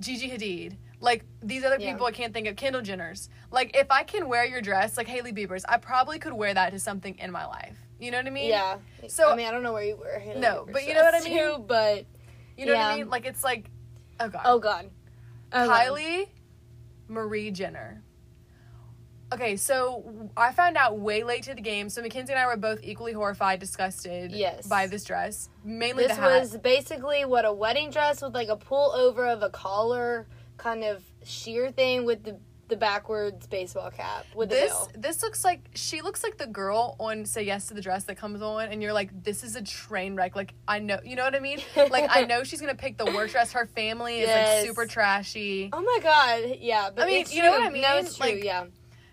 Speaker 1: Gigi Hadid, like these other
Speaker 2: Yeah.
Speaker 1: people I can't think of, Kendall Jenner's. Like if I can wear your dress, like Haley Bieber's, I probably could wear that to something in my life. You know what I mean?
Speaker 2: yeah.
Speaker 1: So-
Speaker 2: I mean, I don't know where you were. Haley
Speaker 1: No,
Speaker 2: Bieber's
Speaker 1: but you know what I
Speaker 2: dress,
Speaker 1: mean?
Speaker 2: Too, but
Speaker 1: You know what
Speaker 2: Yeah.
Speaker 1: I mean? Like it's like, oh god.
Speaker 2: oh god, oh, God.
Speaker 1: Kylie Marie Jenner. Okay, so I found out way late to the game. So Mackenzie and I were both equally horrified, disgusted
Speaker 2: Yes.
Speaker 1: by this dress, mainly
Speaker 2: This
Speaker 1: the hat.
Speaker 2: was basically what a wedding dress with like a pull over of a collar, kind of sheer thing with the the backwards baseball cap with the
Speaker 1: this
Speaker 2: bill.
Speaker 1: this looks like she looks like the girl on Say Yes to the Dress that comes on, and you're like, this is a train wreck. Like I know, you know what I mean? like
Speaker 2: <laughs>
Speaker 1: I know she's gonna pick the worst dress. Her family is
Speaker 2: Yes.
Speaker 1: like super trashy.
Speaker 2: Oh my god, yeah. But
Speaker 1: I mean,
Speaker 2: it's
Speaker 1: you know
Speaker 2: true.
Speaker 1: what I
Speaker 2: No,
Speaker 1: mean?
Speaker 2: it's true.
Speaker 1: Like-
Speaker 2: yeah,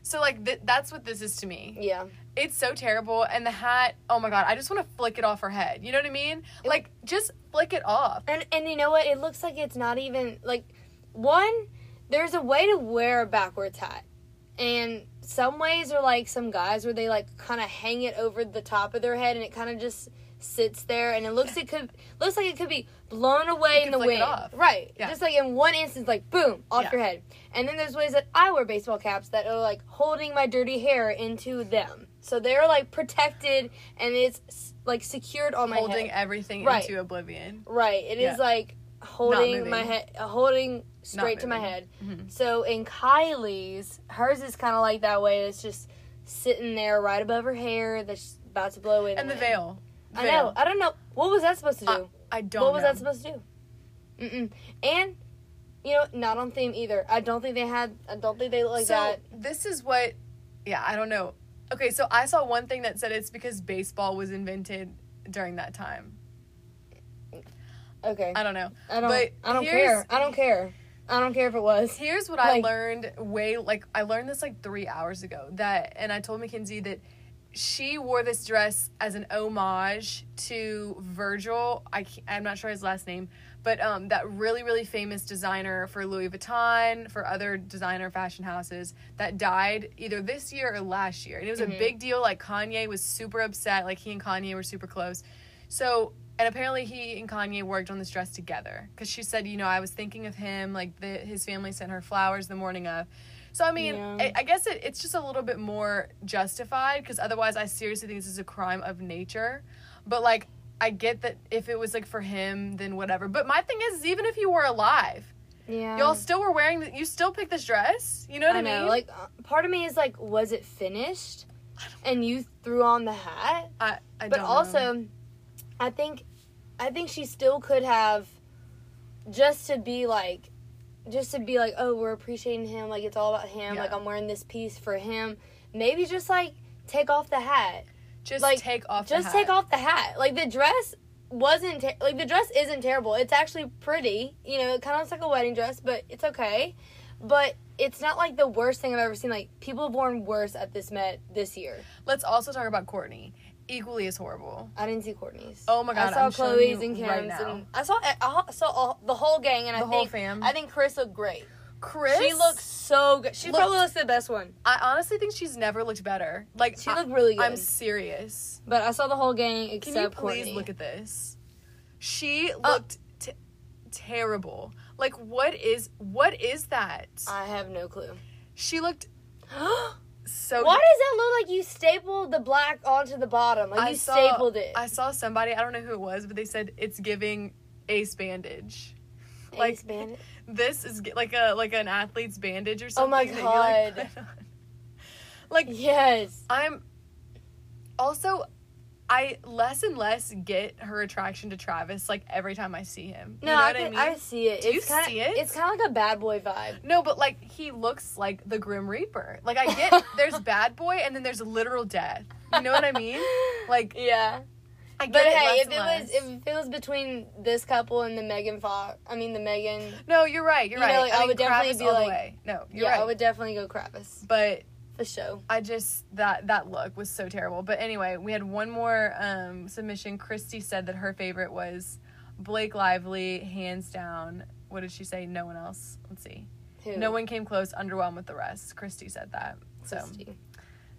Speaker 1: So like th- that's what this is to me.
Speaker 2: yeah.
Speaker 1: It's so terrible. And the hat, oh my god, I just want to flick it off her head. You know what I mean? Like just flick it off.
Speaker 2: And and you know what? It looks like it's not even like one. There's a way to wear a backwards hat, and some ways are like some guys where they like kind of hang it over the top of their head, and it kind of just sits there, and it looks it could looks like it could be blown away in
Speaker 1: can
Speaker 2: the
Speaker 1: flick it
Speaker 2: wind,
Speaker 1: off.
Speaker 2: right?
Speaker 1: Yeah.
Speaker 2: Just like in one instance, like boom off
Speaker 1: Yeah.
Speaker 2: your head. And then there's ways that I wear baseball caps that are like holding my dirty hair into them, so they're like protected and it's like secured on my
Speaker 1: holding
Speaker 2: head.
Speaker 1: everything
Speaker 2: Right.
Speaker 1: into oblivion.
Speaker 2: Right. It
Speaker 1: Yeah.
Speaker 2: is like holding
Speaker 1: moving.
Speaker 2: my head, uh, holding straight to my
Speaker 1: moving.
Speaker 2: head.
Speaker 1: Mhm.
Speaker 2: So in Kylie's, hers is kind of like that way. It's just sitting there right above her hair that's about to blow in.
Speaker 1: And the
Speaker 2: wind.
Speaker 1: veil. The
Speaker 2: I
Speaker 1: veil.
Speaker 2: know. I don't know. What was that supposed to do?
Speaker 1: Uh, I don't.
Speaker 2: what was
Speaker 1: know.
Speaker 2: that supposed to do? Mm-mm. And you know, not on theme either. I don't think they had. I don't think they looked like
Speaker 1: so
Speaker 2: that.
Speaker 1: this is what. Yeah, I don't know. Okay, so I saw one thing that said it's because baseball was invented during that time.
Speaker 2: Okay.
Speaker 1: I don't know.
Speaker 2: I don't.
Speaker 1: but
Speaker 2: I don't
Speaker 1: here's-
Speaker 2: care. I don't care. I don't care if it was.
Speaker 1: Here's what
Speaker 2: Like-
Speaker 1: I learned way like I learned this like three hours ago that and I told Mackenzie that she wore this dress as an homage to Virgil. I can't, I'm not sure his last name, but um, that really really famous designer for Louis Vuitton for other designer fashion houses that died either this year or last year, and it was a
Speaker 2: Mhm.
Speaker 1: big deal. Like Kanye was super upset. Like he and Kanye were super close. So, and apparently he and Kanye worked on this dress together because she said, you know, I was thinking of him. Like the, his family sent her flowers the morning of. So I mean,
Speaker 2: Yeah.
Speaker 1: I, I guess it, it's just a little bit more justified because otherwise, I seriously think this is a crime of nature. But like, I get that if it was like for him, then whatever. But my thing is, even if you were alive,
Speaker 2: Yeah.
Speaker 1: y'all still were wearing. The, you still picked this dress. You know what I,
Speaker 2: Mm. know.
Speaker 1: mean?
Speaker 2: Like, uh, part of me is like, was it finished? And you threw on the hat,
Speaker 1: I, I
Speaker 2: but
Speaker 1: don't know.
Speaker 2: also, I think, I think she still could have, just to be like, just to be like, oh, we're appreciating him. Like it's all about him.
Speaker 1: Yeah.
Speaker 2: Like I'm wearing this piece for him. Maybe just like take off the hat.
Speaker 1: just
Speaker 2: like,
Speaker 1: take off. the
Speaker 2: just
Speaker 1: hat.
Speaker 2: take off the hat. Like the dress wasn't ter- like the dress isn't terrible. It's actually pretty. You know, it kind of looks like a wedding dress, but it's okay. But it's not like the worst thing I've ever seen. Like people have worn worse at this Met this year.
Speaker 1: Let's also talk about Courtney. Equally as horrible.
Speaker 2: I didn't see Courtney's.
Speaker 1: Oh my God,
Speaker 2: I saw
Speaker 1: I'm showing
Speaker 2: Chloe's
Speaker 1: you
Speaker 2: and Kim's,
Speaker 1: right now.
Speaker 2: and I saw e, I ho- saw all, the whole gang, and I
Speaker 1: The
Speaker 2: think
Speaker 1: whole fam.
Speaker 2: I think Chris looked great.
Speaker 1: Chris,
Speaker 2: She looks so good. She
Speaker 1: Looked-
Speaker 2: probably looks the best one.
Speaker 1: I honestly think she's never looked better. Like
Speaker 2: She
Speaker 1: I,
Speaker 2: looked really good.
Speaker 1: I'm serious.
Speaker 2: but I saw the whole gang
Speaker 1: Can
Speaker 2: except
Speaker 1: you please
Speaker 2: Courtney.
Speaker 1: look at this? She looked t- terrible. Like what is what is that?
Speaker 2: I have
Speaker 1: <gasps>
Speaker 2: no clue. <gasps>
Speaker 1: she looked so.
Speaker 2: Why does that look like you stapled the black onto the bottom? Like
Speaker 1: I
Speaker 2: you
Speaker 1: saw-
Speaker 2: stapled it.
Speaker 1: I saw somebody. I don't know who it was, but they said it's giving ace bandage. like- <laughs>
Speaker 2: Ace bandit.
Speaker 1: This is g- like a like an athlete's bandage or something.
Speaker 2: my
Speaker 1: that you, like,
Speaker 2: God.
Speaker 1: put on. <laughs> like
Speaker 2: Yes.
Speaker 1: I'm also I less and less get her attraction to Travis like every time I see him.
Speaker 2: No,
Speaker 1: you know
Speaker 2: I,
Speaker 1: what
Speaker 2: can,
Speaker 1: I mean?
Speaker 2: I see it.
Speaker 1: Do you
Speaker 2: it's kinda,
Speaker 1: see it?
Speaker 2: It's kind of like a bad boy vibe.
Speaker 1: no, but like he looks like the Grim Reaper. Like I get
Speaker 2: <laughs>
Speaker 1: there's bad boy and then there's literal death. <laughs> You know what I mean? Like
Speaker 2: <laughs> Yeah.
Speaker 1: I get
Speaker 2: But
Speaker 1: it
Speaker 2: hey,
Speaker 1: less
Speaker 2: if
Speaker 1: and
Speaker 2: it was
Speaker 1: less.
Speaker 2: if it was between this couple and the Megan Fox, I mean the Megan,
Speaker 1: no, you're right. You're
Speaker 2: You know,
Speaker 1: right.
Speaker 2: like,
Speaker 1: I,
Speaker 2: I
Speaker 1: mean,
Speaker 2: would definitely
Speaker 1: Kravis
Speaker 2: be
Speaker 1: all the
Speaker 2: like-
Speaker 1: way. no, you're
Speaker 2: yeah,
Speaker 1: right.
Speaker 2: I would definitely go Kravis
Speaker 1: but
Speaker 2: for sure.
Speaker 1: I just that that look was so terrible. But anyway, we had one more um, submission. Christy said that her favorite was Blake Lively, hands down. What did she say? No one else. Let's see.
Speaker 2: Who?
Speaker 1: No one came close. Underwhelmed with the rest. Christy said that. So
Speaker 2: Christy.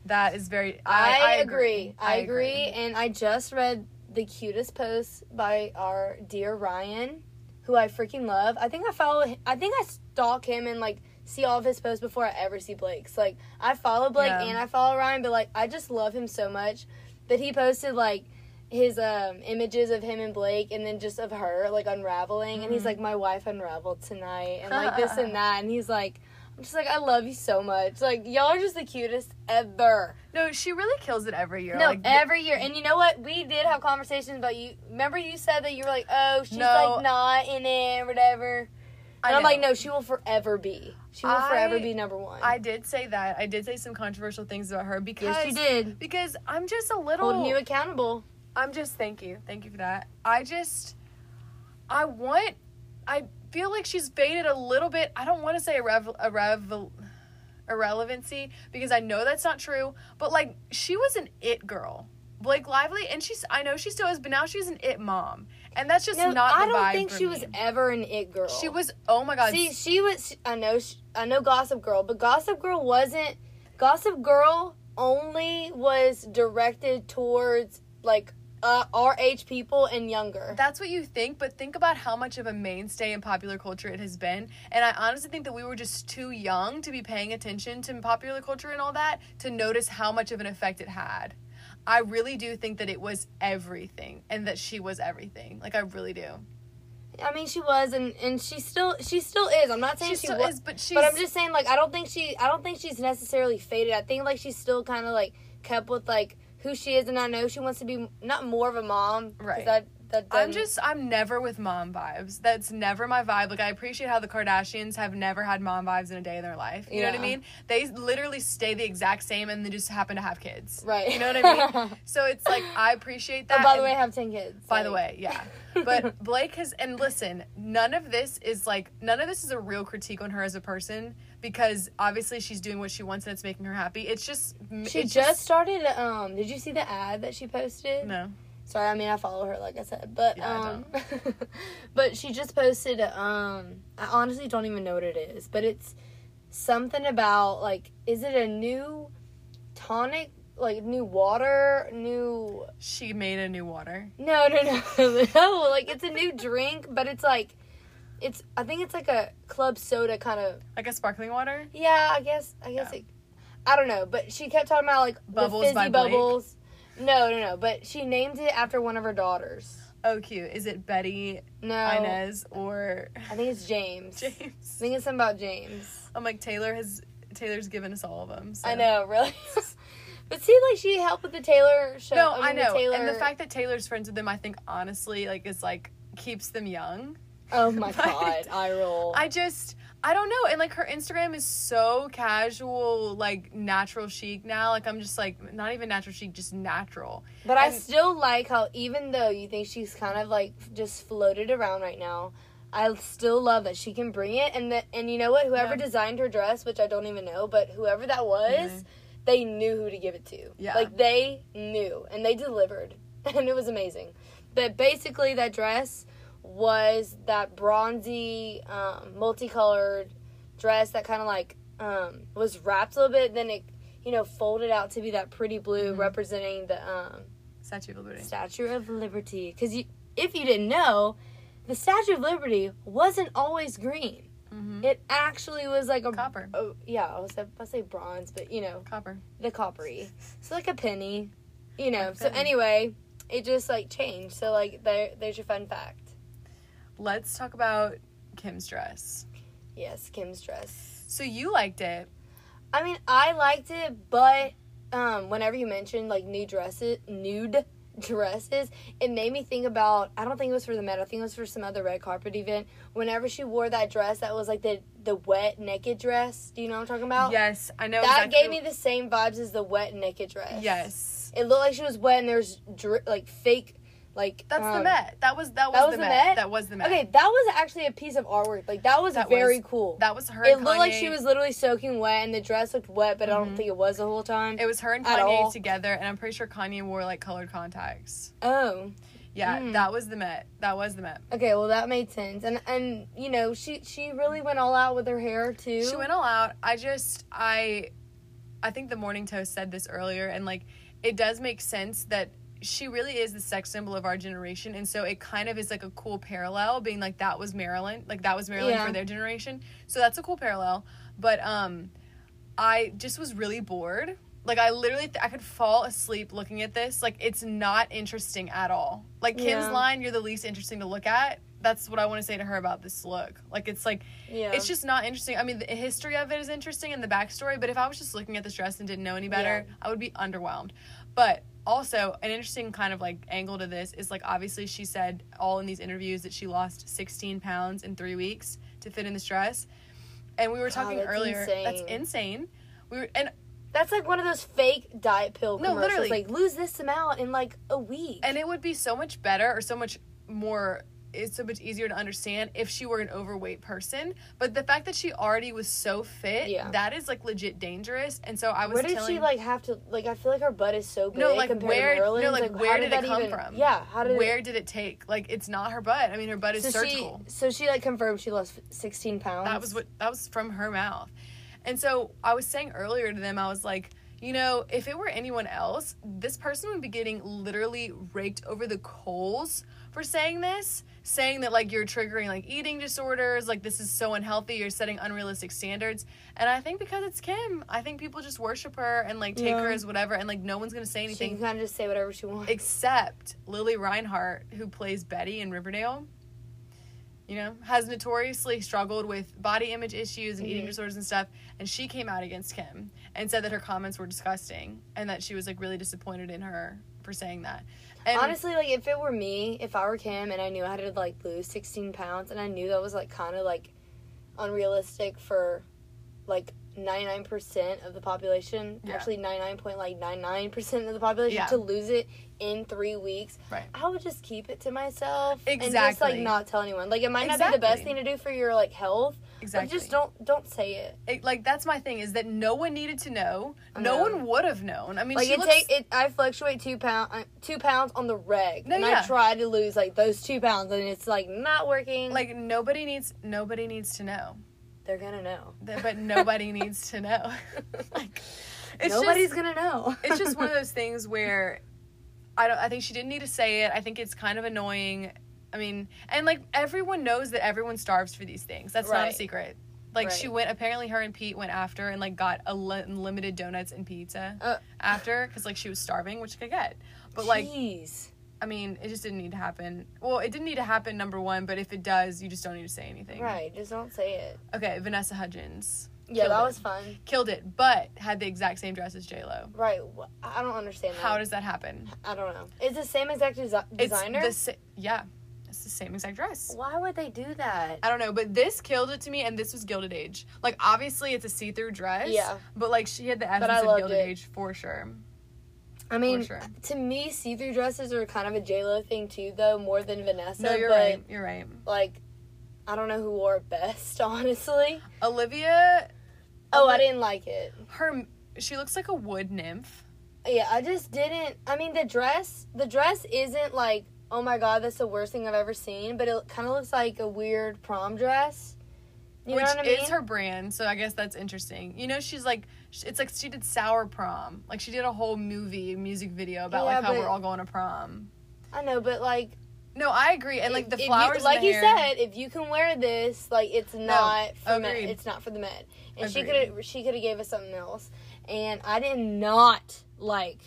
Speaker 1: that is very.
Speaker 2: I,
Speaker 1: I,
Speaker 2: agree. I agree. And I just read the cutest post by our dear Ryan, who I freaking love. I think I follow. hi- I think I stalk him and like see all of his posts before I ever see Blake's. Like I follow Blake
Speaker 1: Yeah.
Speaker 2: and I follow Ryan, but like I just love him so much that he posted like his um images of him and Blake and then just of her like unraveling and he's like my wife unraveled tonight and like this <laughs> and that and he's like I'm just like I love you so much like y'all are just the cutest ever
Speaker 1: No, she really kills it every year.
Speaker 2: no,
Speaker 1: like,
Speaker 2: every year. And you know what? We did have conversations about you. Remember you said that you were like, oh, she's
Speaker 1: No.
Speaker 2: like not in it or whatever.
Speaker 1: I
Speaker 2: And I'm like,
Speaker 1: know.
Speaker 2: no, she will forever be. She will
Speaker 1: I-
Speaker 2: forever be number one.
Speaker 1: I did say that. I did say some controversial things about her because
Speaker 2: yes, she did.
Speaker 1: Because I'm just a little.
Speaker 2: Holding you accountable.
Speaker 1: I'm just thank you. Thank you for that. I just I want I feel like she's faded a little bit. I don't want to say irrev- irrev- irrelevancy because I know that's not true, but like she was an it girl. Blake Lively and she's I know she still is, but now she's an it mom. And that's just
Speaker 2: No,
Speaker 1: not the
Speaker 2: I don't
Speaker 1: vibe
Speaker 2: think
Speaker 1: for
Speaker 2: she
Speaker 1: me.
Speaker 2: was ever an it girl.
Speaker 1: She was oh my god.
Speaker 2: See, she was. I know. She, I know. Gossip Girl, but Gossip Girl wasn't. Gossip Girl only was directed towards like uh, our age people and younger.
Speaker 1: That's what you think, but think about how much of a mainstay in popular culture it has been. And I honestly think that we were just too young to be paying attention to popular culture and all that to notice how much of an effect it had. I really do think that it was everything and that she was everything. Like, I really do.
Speaker 2: I mean, she was, and and she still she still is. I'm not saying
Speaker 1: She
Speaker 2: she,
Speaker 1: still
Speaker 2: was,
Speaker 1: is, but she's.
Speaker 2: but I'm just saying like I don't think she I don't think she's necessarily faded. I think like she's still kind of like kept with like who she is, and I know she wants to be not more of a mom. 'cause
Speaker 1: Right.
Speaker 2: That that
Speaker 1: I'm
Speaker 2: doesn't-
Speaker 1: just I'm never with mom vibes. That's never my vibe. Like I appreciate how the Kardashians have never had mom vibes in a day in their life. You know what I
Speaker 2: Yeah.
Speaker 1: mean? They literally stay the exact same and they just happen to have kids.
Speaker 2: <laughs> right.
Speaker 1: You know what
Speaker 2: <laughs>
Speaker 1: I mean? So it's like I appreciate that.
Speaker 2: But Oh, by
Speaker 1: and-
Speaker 2: the way, I have ten kids.
Speaker 1: by
Speaker 2: like-
Speaker 1: the
Speaker 2: <laughs>
Speaker 1: way, yeah. But Blake has and listen, none of this is like none of this is a real critique on her as a person because obviously she's doing what she wants and it's making her happy. It's just
Speaker 2: she
Speaker 1: it's
Speaker 2: just, started. Um, did you see the ad that she posted?
Speaker 1: no.
Speaker 2: Sorry, I mean I follow her, like I said, but
Speaker 1: Yeah, I
Speaker 2: um, <laughs> but she just posted. Um, I honestly don't even know what it is, but it's something about like, is it a new tonic, like new water, new?
Speaker 1: She made a new water.
Speaker 2: No, no, no, <laughs> no. Like it's a new drink, but it's like, it's. I think it's like a club soda kind of.
Speaker 1: Like a sparkling water?
Speaker 2: Yeah, I guess. I guess it. I don't know, but she kept talking about like
Speaker 1: Bubbles
Speaker 2: the fizzy
Speaker 1: by Blake?
Speaker 2: bubbles. No, no, no. But she named it after one of her daughters.
Speaker 1: Oh cute. Is it Betty,
Speaker 2: No,
Speaker 1: Inez, or <laughs>
Speaker 2: I think it's James. I
Speaker 1: James?
Speaker 2: think it's something about James.
Speaker 1: I'm like Taylor has Taylor's given us all of them. so.
Speaker 2: I know, really. <laughs> but see, like she helped with the Taylor show.
Speaker 1: No, I,
Speaker 2: mean,
Speaker 1: know.
Speaker 2: The Taylor...
Speaker 1: And the fact that Taylor's friends with them, I think honestly, like is like keeps them young.
Speaker 2: Oh
Speaker 1: <laughs>
Speaker 2: my
Speaker 1: Right.
Speaker 2: god, I roll.
Speaker 1: I just I don't know. And like her Instagram is so casual, like natural chic now. Like I'm just like not even natural chic, just natural.
Speaker 2: but I
Speaker 1: and-
Speaker 2: still like how even though you think she's kind of like just floated around right now. I still love that she can bring it, and that, and you know what? Whoever
Speaker 1: Yeah.
Speaker 2: designed her dress, which I don't even know, but whoever that was,
Speaker 1: Mhm.
Speaker 2: they knew who to give it to.
Speaker 1: Yeah.
Speaker 2: Like they knew and they delivered. <laughs> And it was amazing. But basically that dress was that bronzy, um, multicolored dress that kind of like um, was wrapped a little bit, then it you know folded out to be that pretty blue
Speaker 1: Mhm.
Speaker 2: representing the um,
Speaker 1: Statue of Liberty.
Speaker 2: Statue of Liberty. Because you, if you didn't know, the Statue of Liberty wasn't always green.
Speaker 1: hmm
Speaker 2: It actually was like a
Speaker 1: Copper.
Speaker 2: Oh yeah, I was about to say bronze, but you know
Speaker 1: Copper.
Speaker 2: the coppery. So like a penny, you know.
Speaker 1: Like
Speaker 2: so
Speaker 1: penny.
Speaker 2: anyway, it just like changed. So like there, there's your fun fact.
Speaker 1: Let's talk about Kim's dress.
Speaker 2: Yes, Kim's dress.
Speaker 1: So you liked it.
Speaker 2: I mean, I liked it, but um, whenever you mentioned like new dresses, nude <laughs> dresses, it made me think about. I don't think it was for the Met. I think it was for some other red carpet event. Whenever she wore that dress, that was like the the wet naked dress. Do you know what I'm talking about?
Speaker 1: yes, I know.
Speaker 2: That
Speaker 1: exactly-
Speaker 2: gave me the same vibes as the wet naked dress.
Speaker 1: Yes,
Speaker 2: It looked like she was wet, and there's dri- like fake, like
Speaker 1: that's the
Speaker 2: um,
Speaker 1: Met. That was that was, the, Met. That was the Met.
Speaker 2: Okay, that was actually a piece of artwork. Like that was
Speaker 1: That
Speaker 2: very
Speaker 1: was-
Speaker 2: cool.
Speaker 1: That was her.
Speaker 2: it
Speaker 1: and
Speaker 2: looked like
Speaker 1: Kanye.
Speaker 2: she was literally soaking wet, and the dress looked wet, but I don't
Speaker 1: Mhm.
Speaker 2: think it was the whole time.
Speaker 1: It was her and
Speaker 2: at all.
Speaker 1: Kanye together, and I'm pretty sure Kanye wore like colored contacts.
Speaker 2: oh,
Speaker 1: Yeah,
Speaker 2: Mm.
Speaker 1: that was the Met. That was the Met.
Speaker 2: okay. Well, that made sense, and and you know she she really went all out with her hair too.
Speaker 1: She went all out. I just I I think the morning toast said this earlier and like it does make sense that she really is the sex symbol of our generation and so it kind of is like a cool parallel being like that was Marilyn, like that was Marilyn
Speaker 2: Yeah.
Speaker 1: for their generation. So that's a cool parallel, but um I just was really bored. Like I literally th- I could fall asleep looking at this. Like it's not interesting at all. Like Kim's
Speaker 2: Yeah.
Speaker 1: line, you're the least interesting to look at. That's what I want to say to her about this look. Like it's like
Speaker 2: yeah.
Speaker 1: it's just not interesting. I mean, the history of it is interesting and the backstory, but if I was just looking at this dress and didn't know any better, I would be underwhelmed. But also, an interesting kind of like angle to this is like obviously she said all in these interviews that she lost 16 pounds in three weeks to fit in this dress, and we were talking
Speaker 2: that's
Speaker 1: earlier. That's
Speaker 2: insane.
Speaker 1: insane. We were, and
Speaker 2: that's like one of those fake diet pill
Speaker 1: No,
Speaker 2: commercials.
Speaker 1: literally.
Speaker 2: Like lose this amount in like a week.
Speaker 1: and it would be so much better or so much more it's so much easier to understand if she were an overweight person but the fact that she already was so fit
Speaker 2: Yeah.
Speaker 1: that is like legit dangerous and so i was
Speaker 2: where did
Speaker 1: telling
Speaker 2: she like have to like? I feel like her butt is so big.
Speaker 1: No, like,
Speaker 2: compared
Speaker 1: where-
Speaker 2: to Marilyn's.
Speaker 1: no, like,
Speaker 2: how
Speaker 1: where did it
Speaker 2: that
Speaker 1: come
Speaker 2: even-
Speaker 1: from?
Speaker 2: Yeah, how did
Speaker 1: where
Speaker 2: it?
Speaker 1: did it take like it's not her butt i mean her butt is surgical
Speaker 2: she so she like confirmed she lost sixteen pounds.
Speaker 1: that was what that was from her mouth and so i was saying earlier to them i was like you know if it were anyone else this person would be getting literally raked over the coals for saying this saying that like you're triggering like eating disorders like this is so unhealthy you're setting unrealistic standards and i think because it's kim i think people just worship her and like take
Speaker 2: Yeah.
Speaker 1: her as whatever and like no one's gonna say
Speaker 2: she can
Speaker 1: anything
Speaker 2: kind of just say whatever she wants.
Speaker 1: except lily reinhart who plays betty in riverdale you know, has notoriously struggled with body image issues and eating
Speaker 2: Mhm.
Speaker 1: disorders and stuff. And she came out against Kim and said that her comments were disgusting and that she was like really disappointed in her for saying that. And
Speaker 2: Honestly, like if it were me, if I were Kim and I knew I had to like lose 16 pounds and I knew that was like kind of like unrealistic for like 99% of the population,
Speaker 1: Yeah.
Speaker 2: actually 99.99% of the population
Speaker 1: Yeah.
Speaker 2: to lose it in 3 weeks,
Speaker 1: Right.
Speaker 2: I would just keep it to myself and just like
Speaker 1: Exactly.
Speaker 2: not tell anyone. Like it might not be the best
Speaker 1: Exactly.
Speaker 2: thing to do for your like health,
Speaker 1: exactly.
Speaker 2: but just don't don't say it.
Speaker 1: It- like that's my thing is that no one needed to know.
Speaker 2: I
Speaker 1: No
Speaker 2: know.
Speaker 1: one would have known. I mean,
Speaker 2: Like
Speaker 1: she
Speaker 2: it
Speaker 1: looks,
Speaker 2: take it I fluctuate 2 pound uh, 2 pounds on the reg
Speaker 1: No,
Speaker 2: and
Speaker 1: yeah.
Speaker 2: I try to lose like those 2 pounds and it's like not working.
Speaker 1: like nobody needs nobody needs to know,
Speaker 2: They're gonna know.
Speaker 1: Th- but nobody needs to
Speaker 2: <laughs>
Speaker 1: know. like, <laughs> it's
Speaker 2: Nobody's
Speaker 1: just,
Speaker 2: gonna know.
Speaker 1: <laughs> it's just one of those things where I don't. I think she didn't need to say it. I think it's kind of annoying. I mean, and like everyone knows that everyone starves for these things. That's not a
Speaker 2: Right.
Speaker 1: secret. Like she
Speaker 2: Right.
Speaker 1: went. Apparently, her and Pete went after and like got a li- unlimited donuts and pizza
Speaker 2: Uh.
Speaker 1: after because like she was starving, which she could get.
Speaker 2: <laughs>
Speaker 1: But like
Speaker 2: Jeez.
Speaker 1: I mean, it just didn't need to happen. Well, it didn't need to happen, number one, but if it does, you just don't need to say anything.
Speaker 2: right? Just don't say it.
Speaker 1: Okay, Vanessa Hudgens.
Speaker 2: Yeah,
Speaker 1: Killed
Speaker 2: that
Speaker 1: it.
Speaker 2: was fun.
Speaker 1: Killed it, but had the exact same dress as J-Lo.
Speaker 2: Right? wh- I don't understand that.
Speaker 1: How does that happen?
Speaker 2: I don't know. It's the same exact desi- designer.
Speaker 1: It's the sa- yeah, it's the same exact dress.
Speaker 2: Why would they do that?
Speaker 1: I don't know, but this killed it to me, and this was Gilded Age. Like, obviously, it's a see-through dress.
Speaker 2: Yeah.
Speaker 1: But, like, she had the
Speaker 2: But
Speaker 1: essence
Speaker 2: I
Speaker 1: of
Speaker 2: loved
Speaker 1: Gilded
Speaker 2: it.
Speaker 1: Age for sure.
Speaker 2: I mean,
Speaker 1: sure.
Speaker 2: to me, see-through dresses are kind of a J Lo thing too, though, more than Vanessa.
Speaker 1: no, you're
Speaker 2: but,
Speaker 1: right. You're right.
Speaker 2: Like, I don't know who wore it best, <laughs> honestly.
Speaker 1: Olivia,
Speaker 2: Oh, I
Speaker 1: but-
Speaker 2: didn't like it.
Speaker 1: her, she looks like a wood nymph.
Speaker 2: Yeah, I just didn't. I mean, the dress, the dress isn't like, oh my god, that's the worst thing I've ever seen. But it kind of looks like a weird prom dress. You
Speaker 1: which
Speaker 2: know what I mean?
Speaker 1: is her brand, so I guess that's interesting. You know, she's like, sh- it's like she did Sour Prom. Like, she did a whole movie, music video about
Speaker 2: Yeah,
Speaker 1: like how
Speaker 2: but-
Speaker 1: we're all going to prom.
Speaker 2: I know, but like,
Speaker 1: No, I agree. And like
Speaker 2: if-
Speaker 1: the
Speaker 2: if you-
Speaker 1: flowers,
Speaker 2: like
Speaker 1: in the
Speaker 2: you
Speaker 1: hair- Oh,
Speaker 2: said, if you can wear this, like it's not for men.
Speaker 1: agreed.
Speaker 2: It's not for the men. And she
Speaker 1: Agreed.
Speaker 2: could have she could have gave us something else. And I did not like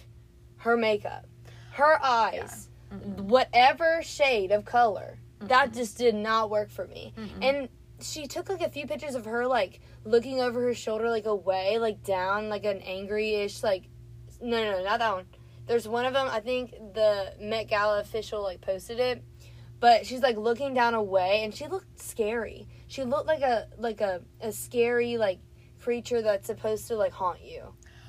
Speaker 2: her makeup, her eyes, whatever shade of color. That just did not work for me. And she took like a few pictures of her like looking over her shoulder like away like down like an angry-ish like no no no, not that one there's one of them i think the met gala official like posted it but she's like looking down away and she looked scary she looked like a like a, a scary like creature that's supposed to like haunt you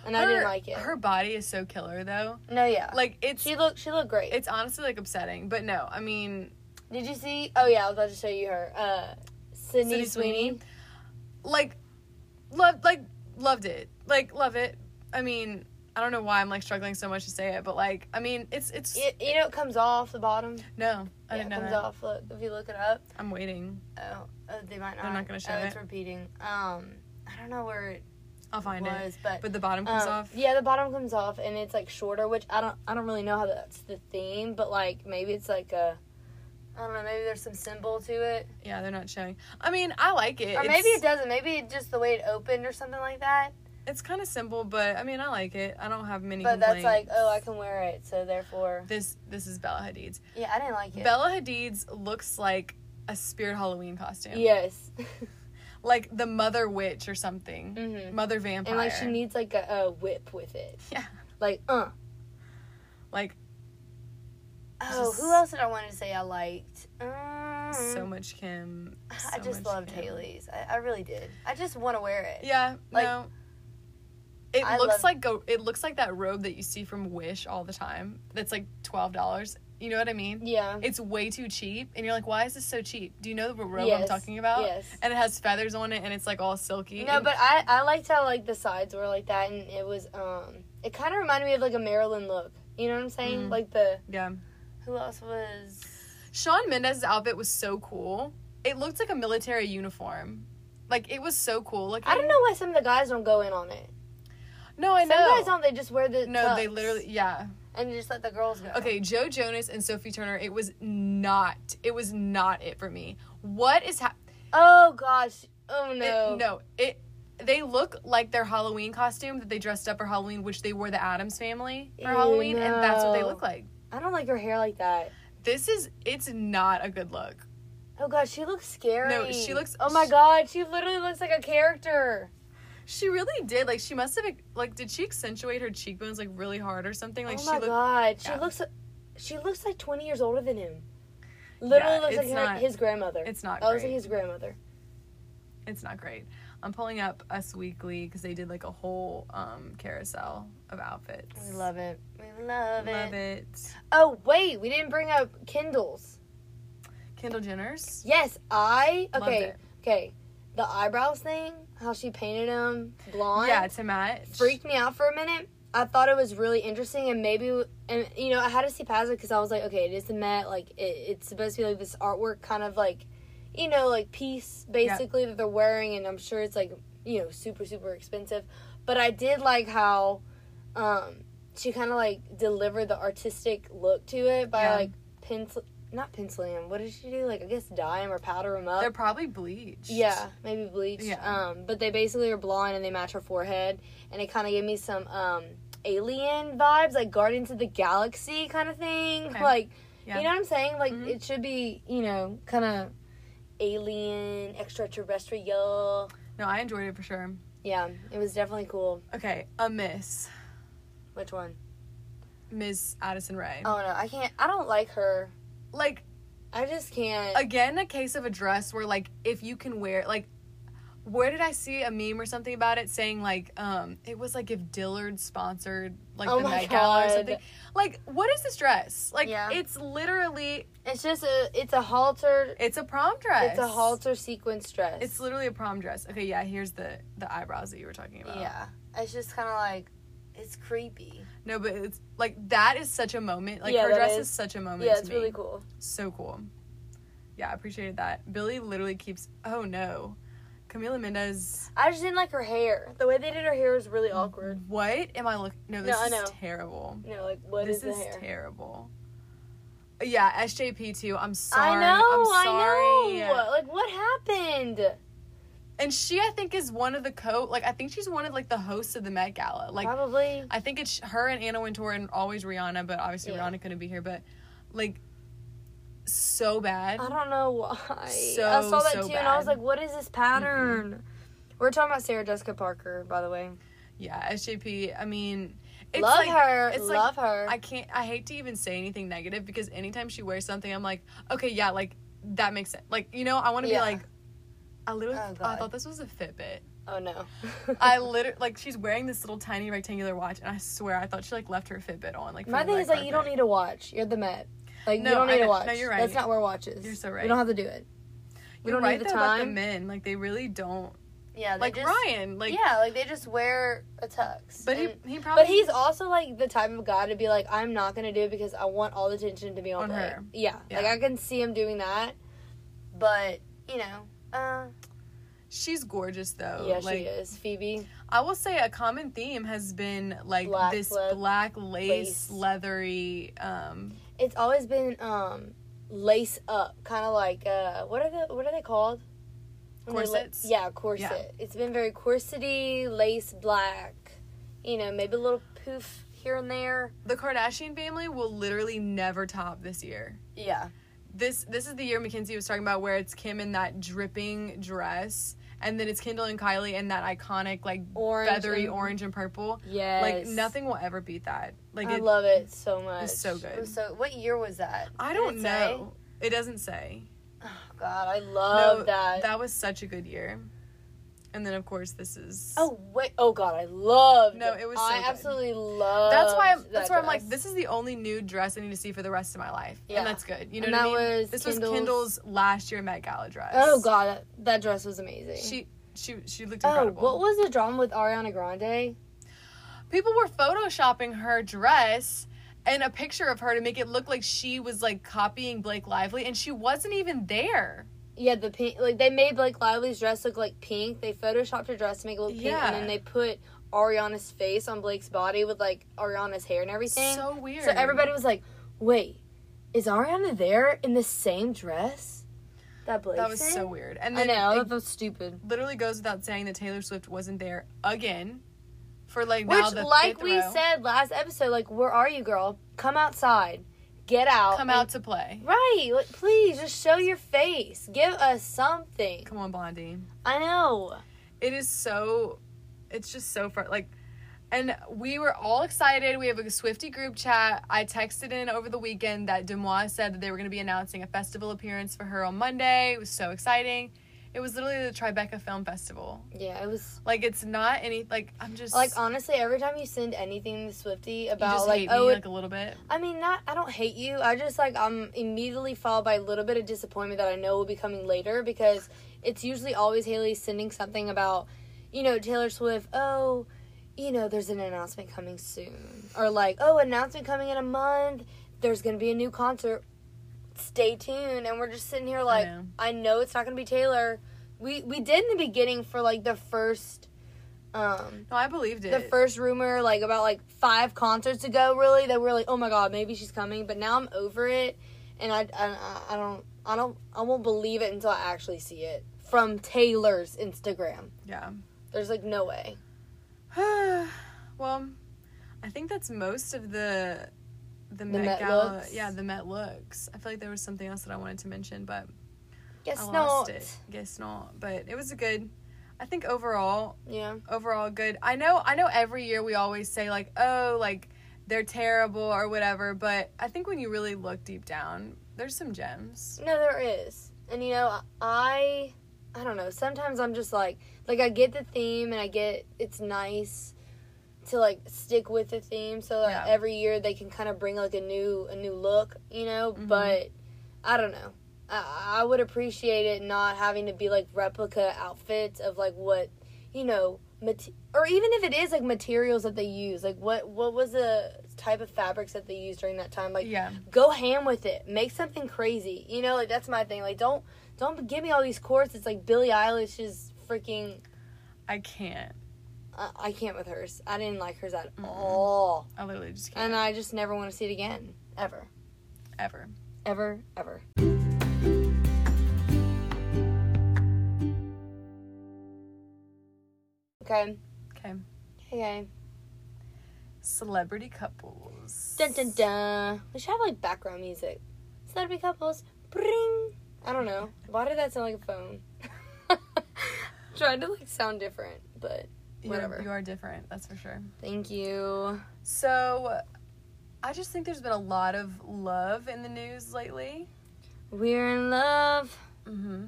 Speaker 2: and i didn't
Speaker 1: her-
Speaker 2: like it
Speaker 1: Her body is so killer, though.
Speaker 2: no yeah
Speaker 1: Like it's
Speaker 2: she looked she looked great
Speaker 1: it's honestly like upsetting. But no, I mean,
Speaker 2: did you see oh yeah i was about to show you her uh
Speaker 1: Sydney
Speaker 2: sydney sweeney,
Speaker 1: Sweeney. like, loved like loved it. Like love it. I mean, I don't know why I'm like struggling so much to say it, but like, I mean, it's it's
Speaker 2: You, you know it comes off the bottom
Speaker 1: no, I
Speaker 2: yeah, it
Speaker 1: didn't know
Speaker 2: comes
Speaker 1: that.
Speaker 2: off look if you look it up
Speaker 1: I'm waiting.
Speaker 2: Oh, uh, they might not.
Speaker 1: They're not gonna show
Speaker 2: oh,
Speaker 1: it.
Speaker 2: It's repeating. Um, I don't know where it
Speaker 1: I'll find it.
Speaker 2: was, but,
Speaker 1: But the bottom comes
Speaker 2: um,
Speaker 1: off.
Speaker 2: yeah, the bottom comes off and it's like shorter, which I don't, I don't really know how that's the theme, but like maybe it's like a, I don't know, maybe there's some symbol to it,
Speaker 1: Yeah, they're not showing. I mean, I like it.
Speaker 2: or
Speaker 1: it's,
Speaker 2: maybe it doesn't. Maybe it just the way it opened or something like that.
Speaker 1: it's kind of simple, but I mean, I like it. I don't have many.
Speaker 2: But that's like,
Speaker 1: complaints.
Speaker 2: oh, I can wear it, so therefore,
Speaker 1: This this is Bella Hadid's.
Speaker 2: yeah, I didn't like it.
Speaker 1: Bella Hadid's looks like a spirit Halloween costume.
Speaker 2: Yes. <laughs>
Speaker 1: like the Mother Witch or something.
Speaker 2: Mhm.
Speaker 1: Mother Vampire.
Speaker 2: And like she needs like a, a whip with it.
Speaker 1: Yeah.
Speaker 2: Like, uh.
Speaker 1: Like,
Speaker 2: Oh,
Speaker 1: Just-
Speaker 2: who else did I want to say I liked? Um,
Speaker 1: so much Kim.
Speaker 2: I
Speaker 1: so
Speaker 2: just
Speaker 1: much
Speaker 2: loved
Speaker 1: Kim.
Speaker 2: Haley's. I, I really did. I just want to wear it.
Speaker 1: Yeah.
Speaker 2: Like,
Speaker 1: no. It
Speaker 2: I
Speaker 1: looks
Speaker 2: love-
Speaker 1: like go. It looks like that robe that you see from Wish all the time. That's like twelve dollars. You know what I mean?
Speaker 2: Yeah.
Speaker 1: it's way too cheap and you're like why is this so cheap do you know the robe i'm
Speaker 2: Yes,
Speaker 1: talking about
Speaker 2: yes.
Speaker 1: and it has feathers on it and it's like all silky
Speaker 2: No,
Speaker 1: and-
Speaker 2: but I I liked how like the sides were like that, and it was um it kind of reminded me of like a Maryland look. You know what I'm saying?
Speaker 1: Mm.
Speaker 2: Like the
Speaker 1: yeah
Speaker 2: Mm-hmm. who else was
Speaker 1: sean mendez's outfit was so cool it looked like a military uniform like it was so cool like
Speaker 2: I don't know why some of the guys don't go in on it.
Speaker 1: no i
Speaker 2: Some
Speaker 1: know
Speaker 2: guys don't. They just wear the
Speaker 1: no they
Speaker 2: tux
Speaker 1: literally yeah
Speaker 2: and just let the girls go.
Speaker 1: okay joe jonas and sophie turner it was not it was not it for me what is happening
Speaker 2: Oh gosh. Oh no.
Speaker 1: It, no, it. They look like their Halloween costume that they dressed up for Halloween, which they wore the Adams family for
Speaker 2: Ew,
Speaker 1: Halloween, and that's what they
Speaker 2: no.
Speaker 1: look like.
Speaker 2: I don't like her hair like that.
Speaker 1: This is. It's not a good look.
Speaker 2: Oh god, she looks scary.
Speaker 1: No, she looks-
Speaker 2: Oh my god, she literally looks like a character.
Speaker 1: She really did. Like she must have like did she accentuate her cheekbones like really hard or something? Like
Speaker 2: oh
Speaker 1: she
Speaker 2: my
Speaker 1: looked
Speaker 2: god, she
Speaker 1: yeah.
Speaker 2: looks. She looks like twenty years older than him. Literally
Speaker 1: Yeah,
Speaker 2: looks like
Speaker 1: it's
Speaker 2: her,
Speaker 1: not-
Speaker 2: his grandmother.
Speaker 1: it's not
Speaker 2: I was like
Speaker 1: great.
Speaker 2: his grandmother.
Speaker 1: it's not great. I'm pulling up Us Weekly because they did like a whole um carousel of outfits.
Speaker 2: it. We love,
Speaker 1: Love it.
Speaker 2: Oh wait, we didn't bring up Kindles.
Speaker 1: Kendall Jenner's.
Speaker 2: Yes, I.
Speaker 1: Loved
Speaker 2: Okay,
Speaker 1: it.
Speaker 2: okay. The eyebrows thing, how she painted them blonde.
Speaker 1: Yeah, to match.
Speaker 2: freaked me out for a minute. I thought it was really interesting, and maybe, and you know, I had to see past it because I was like, okay, it is the Met, like it, it's supposed to be like this artwork kind of like, you know, like piece basically that they're wearing, and I'm sure it's like you know super super expensive, but I did like how, um, she kind of like delivered the artistic look to it by
Speaker 1: Yeah.
Speaker 2: like pencil, not penciling them. What did she do? Like I guess dye them or powder them up.
Speaker 1: They're probably bleached.
Speaker 2: Yeah, maybe bleach.
Speaker 1: Yeah.
Speaker 2: Um, but they basically are blonde and they match her forehead, and it kind of gave me some um alien vibes, like Guardians of the Galaxy kind of thing.
Speaker 1: Okay.
Speaker 2: Like,
Speaker 1: Yeah.
Speaker 2: you know what I'm saying? Like,
Speaker 1: Mhm.
Speaker 2: it should be, you know, kind of alien, extraterrestrial.
Speaker 1: No, I enjoyed it for sure.
Speaker 2: Yeah, it was definitely cool.
Speaker 1: Okay, a miss.
Speaker 2: Which one?
Speaker 1: Miss Addison Ray.
Speaker 2: Oh no, I can't. I don't like her.
Speaker 1: Like
Speaker 2: I just can't.
Speaker 1: again a case of a dress where like if you can wear like where did I see a meme or something about it saying like um it was like if Dillard sponsored like
Speaker 2: Oh
Speaker 1: the
Speaker 2: my
Speaker 1: Met Gala or
Speaker 2: God.
Speaker 1: something like what is this dress like
Speaker 2: Yeah.
Speaker 1: it's literally
Speaker 2: it's just a. It's a halter.
Speaker 1: it's a prom dress
Speaker 2: It's a halter sequence dress.
Speaker 1: it's literally a prom dress okay yeah here's the the eyebrows that you were talking about
Speaker 2: yeah. It's just kind of like, it's creepy.
Speaker 1: no but it's like that is such a moment like
Speaker 2: Yeah,
Speaker 1: her
Speaker 2: that
Speaker 1: dress is.
Speaker 2: is.
Speaker 1: such a moment
Speaker 2: Yeah,
Speaker 1: to
Speaker 2: it's
Speaker 1: me.
Speaker 2: really cool.
Speaker 1: so cool yeah I appreciated that Billy literally keeps oh no Camila Mendez
Speaker 2: I just didn't like her hair. The way they did her hair was really awkward.
Speaker 1: What am I looking? No, this
Speaker 2: No, I
Speaker 1: is
Speaker 2: know.
Speaker 1: terrible.
Speaker 2: No, like what is
Speaker 1: this
Speaker 2: the
Speaker 1: is
Speaker 2: hair?
Speaker 1: terrible. Yeah, SJP too. I'm sorry.
Speaker 2: I know,
Speaker 1: I'm sorry.
Speaker 2: I know. Like what happened?
Speaker 1: And she, I think, is one of the co. Like, I think she's one of like the hosts of the Met Gala. Like,
Speaker 2: Probably.
Speaker 1: I think it's her and Anna Wintour and always Rihanna, but obviously
Speaker 2: Yeah.
Speaker 1: Rihanna couldn't be here. But like, so bad.
Speaker 2: I don't know why. I
Speaker 1: So,
Speaker 2: saw that
Speaker 1: so
Speaker 2: too, and I was
Speaker 1: bad. Mm-hmm.
Speaker 2: like, "What is this pattern?" We're talking about Sarah Jessica Parker, by the way.
Speaker 1: Yeah, SJP. I mean, it's
Speaker 2: love
Speaker 1: like,
Speaker 2: her.
Speaker 1: it's like-
Speaker 2: love her.
Speaker 1: I can't. I hate to even say anything negative because anytime she wears something, I'm like, okay, yeah, like that makes sense. Like you know, I want to
Speaker 2: Yeah.
Speaker 1: be like, I literally,
Speaker 2: Oh,
Speaker 1: I
Speaker 2: God.
Speaker 1: thought this was a
Speaker 2: <laughs>
Speaker 1: Fitbit.
Speaker 2: oh no. <laughs>
Speaker 1: I literally, like, she's wearing this little tiny rectangular watch, and I swear, I thought she like left her Fitbit on. Like, for
Speaker 2: My
Speaker 1: the
Speaker 2: thing
Speaker 1: red
Speaker 2: is like you don't
Speaker 1: carpet.
Speaker 2: need a watch. You're the Met. Like
Speaker 1: No,
Speaker 2: you don't
Speaker 1: I
Speaker 2: need
Speaker 1: know.
Speaker 2: a watch.
Speaker 1: No, you're right.
Speaker 2: Let's not wear watches.
Speaker 1: You're so
Speaker 2: We
Speaker 1: right.
Speaker 2: don't have to do it. e-, You
Speaker 1: You're
Speaker 2: don't
Speaker 1: right
Speaker 2: need the
Speaker 1: though about
Speaker 2: time.
Speaker 1: the men, like they really don't.
Speaker 2: yeah,
Speaker 1: Like Ryan, like,
Speaker 2: yeah, like they just wear a tux.
Speaker 1: but he
Speaker 2: and-
Speaker 1: he probably
Speaker 2: but he's also like the type of guy to be like, I'm not gonna do it because I want all the attention to be on,
Speaker 1: On
Speaker 2: Blake."
Speaker 1: her.
Speaker 2: Yeah, like
Speaker 1: Yeah.
Speaker 2: I can see him doing that. But you know, uh,
Speaker 1: she's gorgeous though.
Speaker 2: yeah,
Speaker 1: Oh, like,
Speaker 2: she is Phoebe.
Speaker 1: I will say a common theme has been like
Speaker 2: Black
Speaker 1: this
Speaker 2: le-
Speaker 1: black lace,
Speaker 2: lace.
Speaker 1: leathery. um
Speaker 2: It's always been um, lace up, kind of like uh, what are the what are they called? When they la-
Speaker 1: Corsets?
Speaker 2: yeah, corset. It's been very corsety, lace black. You know, maybe a little poof here and there.
Speaker 1: The Kardashian family will literally never top this year.
Speaker 2: Yeah,
Speaker 1: this this is the year Mackenzie was talking about where it's Kim in that dripping dress and then it's Kendall and Kylie in that iconic like
Speaker 2: orange,
Speaker 1: feathery
Speaker 2: and-
Speaker 1: orange and purple.
Speaker 2: Yes,
Speaker 1: Like nothing will ever beat that. Like
Speaker 2: I
Speaker 1: it,
Speaker 2: love it so much.
Speaker 1: It's so good.
Speaker 2: It was so what year was that?
Speaker 1: I
Speaker 2: Did
Speaker 1: don't
Speaker 2: it say?
Speaker 1: know. It doesn't say.
Speaker 2: Oh God, I love
Speaker 1: No,
Speaker 2: that.
Speaker 1: That was such a good year. And then of course this is
Speaker 2: Oh wait, oh God, I loved.
Speaker 1: No, it was so
Speaker 2: I
Speaker 1: good.
Speaker 2: absolutely love.
Speaker 1: that's why I'm, that's why I'm like this is the only nude dress I need to see for the rest of my life.
Speaker 2: Yeah.
Speaker 1: And that's good. You know
Speaker 2: And
Speaker 1: what I
Speaker 2: that
Speaker 1: mean?
Speaker 2: was
Speaker 1: this was
Speaker 2: Kendall's-
Speaker 1: Kendall's last year Met Gala dress.
Speaker 2: Oh God, that, that dress was amazing.
Speaker 1: She she she looked
Speaker 2: Oh,
Speaker 1: incredible.
Speaker 2: what was the drama with Ariana Grande?
Speaker 1: people were photoshopping her dress and a picture of her to make it look like she was like copying Blake Lively and she wasn't even there.
Speaker 2: Yeah, the pink. Like they made Blake Lively's dress look like pink. They photoshopped her dress to make it look pink,
Speaker 1: Yeah.
Speaker 2: and then they put Ariana's face on Blake's body with like Ariana's hair and everything.
Speaker 1: So weird.
Speaker 2: So everybody was like, "Wait, is Ariana there in the same dress?" That Blake.
Speaker 1: That was
Speaker 2: sent?
Speaker 1: so weird. And
Speaker 2: I
Speaker 1: then
Speaker 2: know
Speaker 1: it
Speaker 2: that was stupid.
Speaker 1: literally goes without saying that Taylor Swift wasn't there again for like now
Speaker 2: Which,
Speaker 1: the
Speaker 2: like
Speaker 1: fifth
Speaker 2: we
Speaker 1: row.
Speaker 2: said last episode, like, where are you, girl? Come outside. get out.
Speaker 1: Come
Speaker 2: and-
Speaker 1: out to play.
Speaker 2: Right. Like, please just show your face. Give us something.
Speaker 1: Come on, Blondie.
Speaker 2: I know.
Speaker 1: It is so. It's just so far like. And we were all excited. We have a Swifty group chat. I texted in over the weekend that Demois said that they were going to be announcing a festival appearance for her on Monday. It was so exciting. It was literally the Tribeca Film Festival.
Speaker 2: Yeah, it was
Speaker 1: Like it's not any like I'm just
Speaker 2: like honestly every time you send anything to Swifty
Speaker 1: you
Speaker 2: about
Speaker 1: just
Speaker 2: like
Speaker 1: hate
Speaker 2: oh
Speaker 1: me
Speaker 2: it
Speaker 1: like a little bit.
Speaker 2: I mean, not. I don't hate you. I just like I'm immediately followed by a little bit of disappointment that I know will be coming later because it's usually always Haley sending something about, you know, Taylor Swift. Oh, you know, there's an announcement coming soon, or like, oh, announcement coming in a month. There's gonna be a new concert. Stay tuned, and we're just sitting here like,
Speaker 1: know.
Speaker 2: I know, it's not gonna be Taylor. We we did in the beginning for like the first. Um,
Speaker 1: No, I believed it.
Speaker 2: the first rumor like about like five concerts ago really that we are like oh my god maybe she's coming but now i'm over it and i i, I don't i don't i won't believe it until i actually see it from taylor's instagram
Speaker 1: yeah. <sighs>
Speaker 2: there's like no way
Speaker 1: well, I think that's most of the the, Met,
Speaker 2: Met
Speaker 1: Gala.
Speaker 2: looks.
Speaker 1: Yeah, the Met looks. I feel like there was something else that I wanted to mention, but
Speaker 2: guess
Speaker 1: I lost
Speaker 2: not
Speaker 1: it. Guess not. But it was a good. I think overall,
Speaker 2: yeah
Speaker 1: overall good. I know, I know. Every year we always say like, oh, like they're terrible or whatever. But I think when you really look deep down, there's some gems.
Speaker 2: No, there is. And you know, I I don't know. Sometimes I'm just like like I get the theme and I get it's nice to like stick with the theme so that
Speaker 1: Yeah.
Speaker 2: every year they can kind of bring like a new a new look, you know,
Speaker 1: Mhm.
Speaker 2: but I don't know. I, I would appreciate it not having to be like replica outfits of like what, you know, mate- or even if it is like materials that they use, like what what was the type of fabrics that they used during that time? Like
Speaker 1: yeah,
Speaker 2: go ham with it. Make something crazy. You know, like that's my thing. Like don't don't give me all these chords. It's like Billie Eilish's freaking.
Speaker 1: I can't.
Speaker 2: Uh, I can't with hers. I didn't like hers at
Speaker 1: Mm-mm.
Speaker 2: all,
Speaker 1: I literally just can't.
Speaker 2: and I just never want to see it again, ever,
Speaker 1: ever.
Speaker 2: ever, ever. Okay.
Speaker 1: Okay.
Speaker 2: Okay.
Speaker 1: Celebrity couples.
Speaker 2: Dun dun dun. We should have like background music. Celebrity couples. Bring. I don't know. Why did that sound like a phone? <laughs> Tried to like sound different, but
Speaker 1: You're-
Speaker 2: Whatever.
Speaker 1: you are different, that's for sure.
Speaker 2: thank you.
Speaker 1: So, I just think there's been a lot of love in the news lately.
Speaker 2: We're in love.
Speaker 1: Mm-hmm.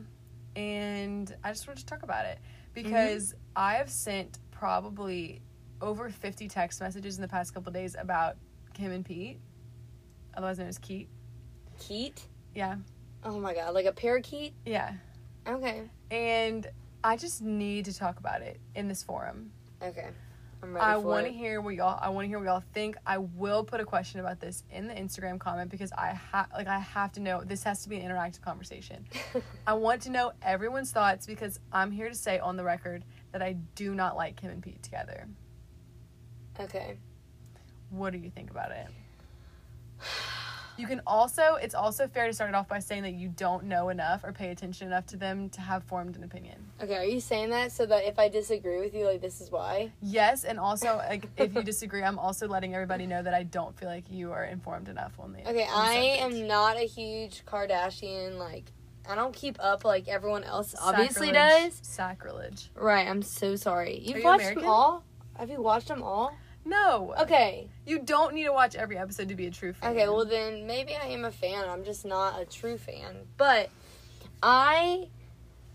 Speaker 1: And I just wanted to talk about it
Speaker 2: Mm-hmm.
Speaker 1: because I have sent probably over 50 text messages in the past couple days about Kim and Pete, otherwise known as Keat.
Speaker 2: Keat.
Speaker 1: Yeah.
Speaker 2: Oh my god, like a parakeet.
Speaker 1: Yeah.
Speaker 2: Okay.
Speaker 1: And I just need to talk about it in this forum.
Speaker 2: Okay. I'm ready
Speaker 1: I
Speaker 2: for
Speaker 1: want to
Speaker 2: it.
Speaker 1: hear what y'all. I want to hear what y'all think. I will put a question about this in the Instagram comment because I ha- like I have to know. This has to be an interactive conversation. I want to know everyone's thoughts because I'm here to say on the record that I do not like Kim and Pete together.
Speaker 2: <laughs> okay.
Speaker 1: What do you think about it? You can also. It's also fair to start it off by saying that you don't know enough or pay attention enough to them to have formed an opinion.
Speaker 2: Okay. Are you saying that so that if I disagree with you, like this is why?
Speaker 1: Yes, and also like if
Speaker 2: <laughs>
Speaker 1: you disagree, I'm also letting everybody know that I don't feel like you are informed enough on the. on
Speaker 2: Okay,
Speaker 1: the
Speaker 2: I
Speaker 1: subject.
Speaker 2: am not a huge Kardashian. Like, I don't keep up like everyone else obviously
Speaker 1: Sacrilege.
Speaker 2: does.
Speaker 1: Sacrilege.
Speaker 2: Right, I'm so sorry. You've
Speaker 1: you
Speaker 2: watched
Speaker 1: American?
Speaker 2: them all? Have you watched them all?
Speaker 1: No.
Speaker 2: Okay.
Speaker 1: You don't need to watch every episode to be a true fan.
Speaker 2: Okay, well then maybe I am a fan. I'm just not a true fan. But I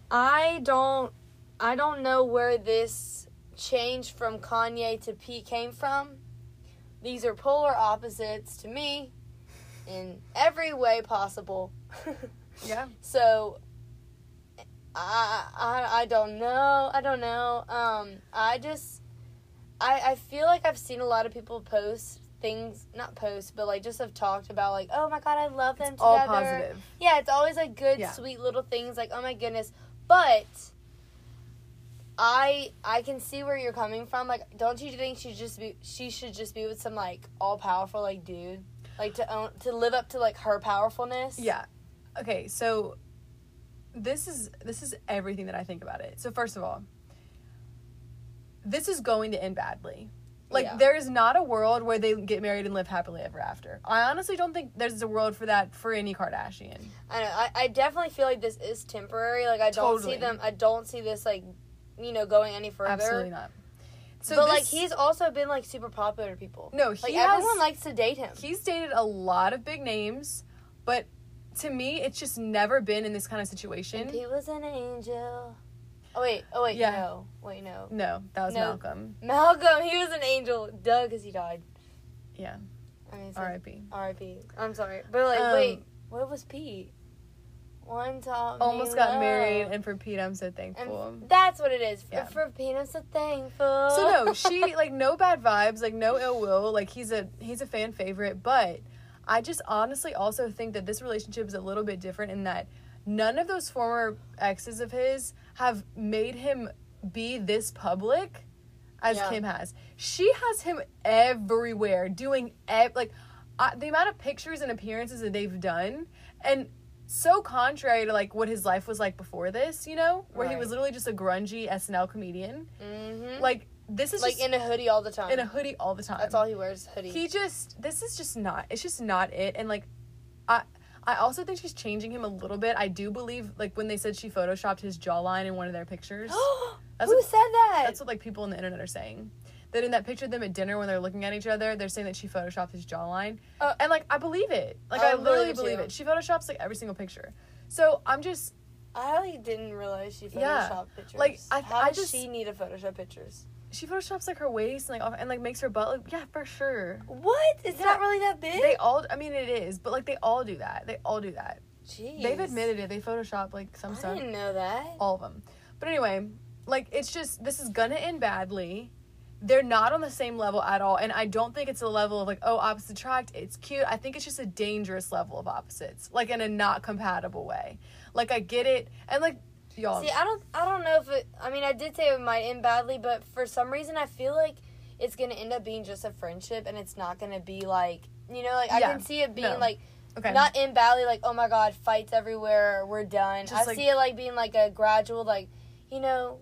Speaker 2: I don't I don't know where this change from Kanye to P came from. These are polar opposites to me in every way possible. <laughs>
Speaker 1: Yeah.
Speaker 2: So I, I I don't know. I don't know. Um I just I I feel like I've seen a lot of people post things not post but like just have talked about like oh my god I love them
Speaker 1: All
Speaker 2: together.
Speaker 1: positive.
Speaker 2: Yeah, it's always like good
Speaker 1: Yeah.
Speaker 2: sweet little things like oh my goodness. But I I can see where you're coming from. Like don't you think she just be she should just be with some like all powerful like dude? Like to own to live up to like her powerfulness?
Speaker 1: Yeah. Okay, so this is this is everything that I think about it. So first of all, this is going to end badly. Like
Speaker 3: Yeah.
Speaker 1: there is not a world where they get married and live happily ever after. I honestly don't think there's a world for that for any Kardashian.
Speaker 2: I know. I, I definitely feel like this is temporary. Like I don't
Speaker 1: Totally.
Speaker 2: see them. I don't see this like, you know, going any further.
Speaker 1: Absolutely not. So
Speaker 2: but
Speaker 1: this-
Speaker 2: like he's also been like super popular to people.
Speaker 1: no, he
Speaker 2: Like
Speaker 1: has,
Speaker 2: everyone likes to date him.
Speaker 1: he's dated a lot of big names, but to me, it's just never been in this kind of
Speaker 2: And
Speaker 1: situation.
Speaker 2: he was an angel. Oh wait. Oh wait.
Speaker 1: Yeah.
Speaker 2: No. Wait. No.
Speaker 1: No, that was
Speaker 2: No.
Speaker 1: Malcolm.
Speaker 2: Malcolm. He was an angel. Duh, because he died.
Speaker 1: Yeah.
Speaker 2: I mean, so-
Speaker 1: R.I.P.
Speaker 2: R.I.P. I'm sorry, but like,
Speaker 1: Um,
Speaker 2: wait, what was Pete? One taught me
Speaker 1: Almost got
Speaker 2: love.
Speaker 1: married, and for Pete, I'm so
Speaker 2: And
Speaker 1: thankful.
Speaker 2: that's what it is. For,
Speaker 1: Yeah.
Speaker 2: for Pete, I'm so thankful.
Speaker 1: so
Speaker 2: <laughs>
Speaker 1: no, she like no bad vibes, like no ill will. Like he's a he's a fan favorite, but I just honestly also think that this relationship is a little bit different in that none of those former exes of his have made him be this public as
Speaker 2: Yeah.
Speaker 1: Kim has. She has him everywhere doing ev- like I, the amount of pictures and appearances that they've done and so contrary to like what his life was like before this, you know, where he
Speaker 2: Right.
Speaker 1: was literally just a grungy SNL comedian
Speaker 2: hmm like,
Speaker 1: like this is just
Speaker 2: in a hoodie all the time.
Speaker 1: in, a hoodie all the time.
Speaker 2: that's all he wears, hoodie. <gasps>
Speaker 1: He just this is just not. It's just not it. And like, I I also think she's changing him a little bit. I do believe like when they said she photoshopped his jawline in one of their
Speaker 2: <gasps>
Speaker 1: pictures. That's
Speaker 2: Who
Speaker 1: what-
Speaker 2: said that?
Speaker 1: That's what like people on the internet are saying. That in that picture of them at dinner when they're looking at each other, they're saying that she photoshopped his jawline.
Speaker 2: Uh,
Speaker 1: and like I believe it. Like
Speaker 2: I
Speaker 1: I, literally
Speaker 2: believe it,
Speaker 1: believe
Speaker 2: too.
Speaker 1: it. She photoshops like every single picture. So I'm just
Speaker 2: I really didn't realize she photoshopped
Speaker 1: Yeah.
Speaker 2: pictures.
Speaker 1: Like, I-
Speaker 2: how
Speaker 1: I
Speaker 2: does
Speaker 1: just-
Speaker 2: she need to Photoshop pictures?
Speaker 1: she photoshops like her waist and like and like makes her butt like yeah for sure.
Speaker 2: What? It's
Speaker 1: Yeah.
Speaker 2: not really that big.
Speaker 1: They all I mean it is, but like they all do that. They all do that.
Speaker 2: Jeez.
Speaker 1: They've admitted it. They Photoshop like some
Speaker 2: I
Speaker 1: stuff,
Speaker 2: didn't know that.
Speaker 1: all of them. But anyway, like it's just this is gonna end badly. They're not on the same level at all, and I don't think it's a level of like oh opposite attract. It's cute. I think it's just a dangerous level of opposites, like in a not compatible way. Like I get it, and like y'all.
Speaker 2: See, I don't, I don't know if it. I mean, I did say it might end badly, but for some reason, I feel like it's gonna end up being just a friendship, and it's not gonna be like, you know, like I
Speaker 1: Yeah.
Speaker 2: can see it being
Speaker 1: No.
Speaker 2: like
Speaker 1: okay.
Speaker 2: not end badly, like oh my god, fights everywhere, we're done.
Speaker 1: Just
Speaker 2: I
Speaker 1: like-
Speaker 2: see it like being like a gradual, like, you know,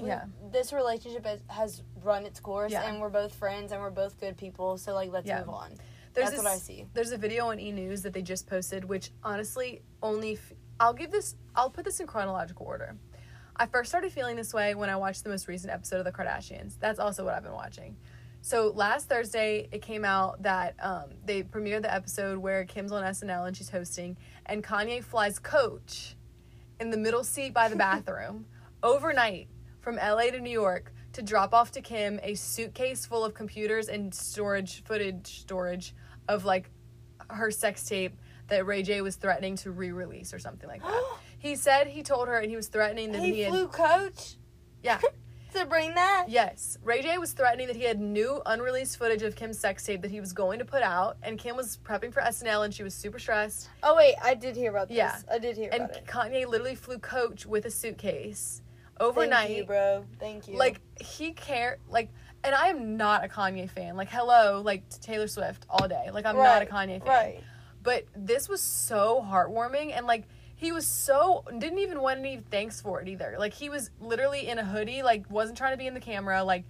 Speaker 2: we-
Speaker 1: Yeah.
Speaker 2: this relationship has, has run its course,
Speaker 1: Yeah.
Speaker 2: and we're both friends, and we're both good people, so like let's
Speaker 1: Yeah.
Speaker 2: move <gasps> on.
Speaker 1: There's
Speaker 2: That's
Speaker 1: this,
Speaker 2: what I see.
Speaker 1: There's a video on E News that they just posted, which honestly only f- I'll give this. I'll put this in chronological order. I first started feeling this way when I watched the most recent episode of The Kardashians. That's also what I've been watching. So last Thursday, it came out that um, they premiered the episode where Kim's on SNL and she's hosting, and Kanye flies coach in the middle seat by
Speaker 2: <laughs>
Speaker 1: the bathroom overnight from LA to New York to drop off to Kim a suitcase full of computers and storage footage storage of like her sex tape that Ray J was threatening to re-release or something like
Speaker 2: <gasps>
Speaker 1: that. he said he told her and he was threatening that he,
Speaker 2: Hey,
Speaker 1: had
Speaker 2: flew coach
Speaker 1: yeah
Speaker 2: <laughs> to bring that.
Speaker 1: yes Ray J was threatening that he had new unreleased footage of Kim's sex tape that he was going to put out and Kim was prepping for SNL and she was super stressed
Speaker 2: Oh wait, I did hear about this.
Speaker 1: Yeah.
Speaker 2: I did hear
Speaker 1: and
Speaker 2: about it.
Speaker 1: Kanye literally flew coach with a suitcase
Speaker 2: Thank
Speaker 1: overnight
Speaker 2: you, bro. Thank you.
Speaker 1: Like he care like and I am not a Kanye fan. Like hello, like t- Taylor Swift all day. Like I'm not a Kanye fan.
Speaker 2: Right.
Speaker 1: But this was so heartwarming and like he was so didn't even want any thanks for it either. Like he was literally in a hoodie, like wasn't trying to be in the camera. Like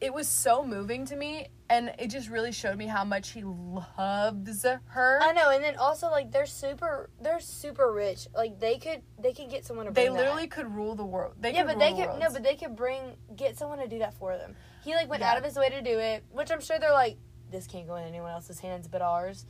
Speaker 1: it was so moving to me and it just really showed me how much he loves her.
Speaker 2: I know, and then also like they're super, they're super rich. Like they could, they could get someone to. Bring
Speaker 1: they
Speaker 2: that.
Speaker 1: literally could rule the world. They
Speaker 2: yeah,
Speaker 1: could
Speaker 2: but they
Speaker 1: rule the
Speaker 2: could no,
Speaker 1: world.
Speaker 2: but they could bring get someone to do that for them. He like went
Speaker 1: Yeah.
Speaker 2: out of his way to do it, which I'm sure they're like, this can't go in anyone else's hands but ours.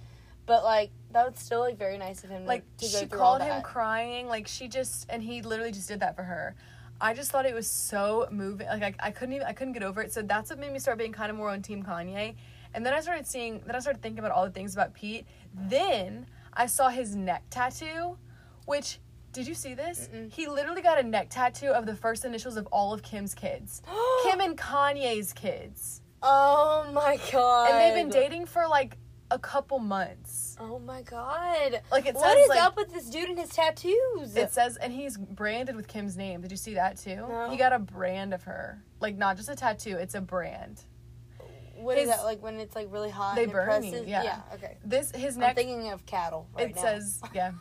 Speaker 2: But like that was still like very nice of him.
Speaker 1: like
Speaker 2: to, to go
Speaker 1: she
Speaker 2: through
Speaker 1: called
Speaker 2: all
Speaker 1: him
Speaker 2: that. <gasps>
Speaker 1: crying like she just and he literally just did that for her i just thought it was so moving like I, I couldn't even i couldn't get over it so that's what made me start being kind of more on team kanye and then i started seeing then i started thinking about all the things about pete then i saw his neck tattoo which did you see this
Speaker 2: Mm-mm.
Speaker 1: he literally got a neck tattoo of the first initials of all of kim's
Speaker 2: <gasps>
Speaker 1: kids kim and kanye's kids
Speaker 2: Oh my god.
Speaker 1: and they've been dating for like a couple months
Speaker 2: Oh my god.
Speaker 1: like it says
Speaker 2: What is
Speaker 1: like,
Speaker 2: up with this dude and his tattoos?
Speaker 1: It says, and he's branded with Kim's name. Did you see that too?
Speaker 2: No.
Speaker 1: He got a brand of her, like not just a tattoo. It's a brand.
Speaker 2: What is
Speaker 1: his-
Speaker 2: that like when it's like really hot?
Speaker 1: They
Speaker 2: and it
Speaker 1: burn you,
Speaker 2: presses-
Speaker 1: yeah.
Speaker 2: Okay.
Speaker 1: This his
Speaker 2: I'm
Speaker 1: neck.
Speaker 2: thinking of cattle. Right
Speaker 1: it
Speaker 2: now.
Speaker 1: says, yeah,